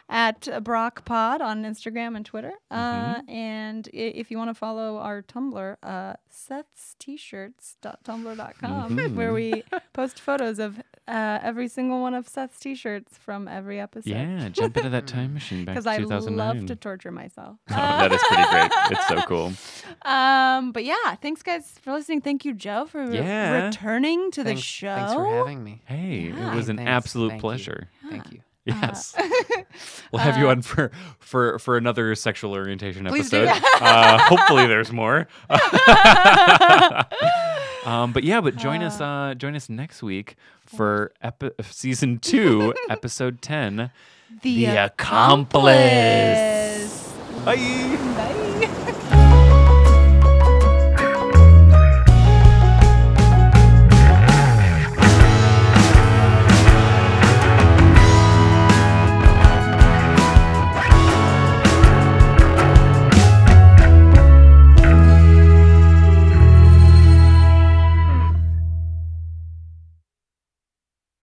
Speaker 4: at Brock Pod on Instagram and Twitter. Uh, and i- if you want to follow our Tumblr, uh, Seth'sTshirts.tumblr.com, where we post photos of uh, every single one of Seth's T-shirts from every episode.
Speaker 5: Yeah, jump into
Speaker 4: (laughs)
Speaker 5: that time machine back
Speaker 4: Because
Speaker 5: to
Speaker 4: I love
Speaker 5: 2009.
Speaker 4: to torture myself.
Speaker 5: Oh, that is pretty great. It's so
Speaker 4: (laughs)
Speaker 5: cool.
Speaker 4: Um, but yeah, thanks guys for listening. Thank you, Joe, for re-
Speaker 5: Yeah.
Speaker 4: returning to
Speaker 6: thanks,
Speaker 4: the show.
Speaker 6: Thanks for having me.
Speaker 5: Hey,
Speaker 4: Yeah.
Speaker 5: it was an
Speaker 6: Thanks.
Speaker 5: absolute
Speaker 6: Thank you.
Speaker 5: pleasure.
Speaker 6: Thank you.
Speaker 5: Yes. we'll have you on for for for another sexual orientation
Speaker 6: Please do.
Speaker 5: episode. Uh, hopefully there's more. (laughs) um, but yeah, but join us uh, join us next week for epi- season 2, episode 10,
Speaker 4: The
Speaker 5: Accomplice.
Speaker 4: Bye.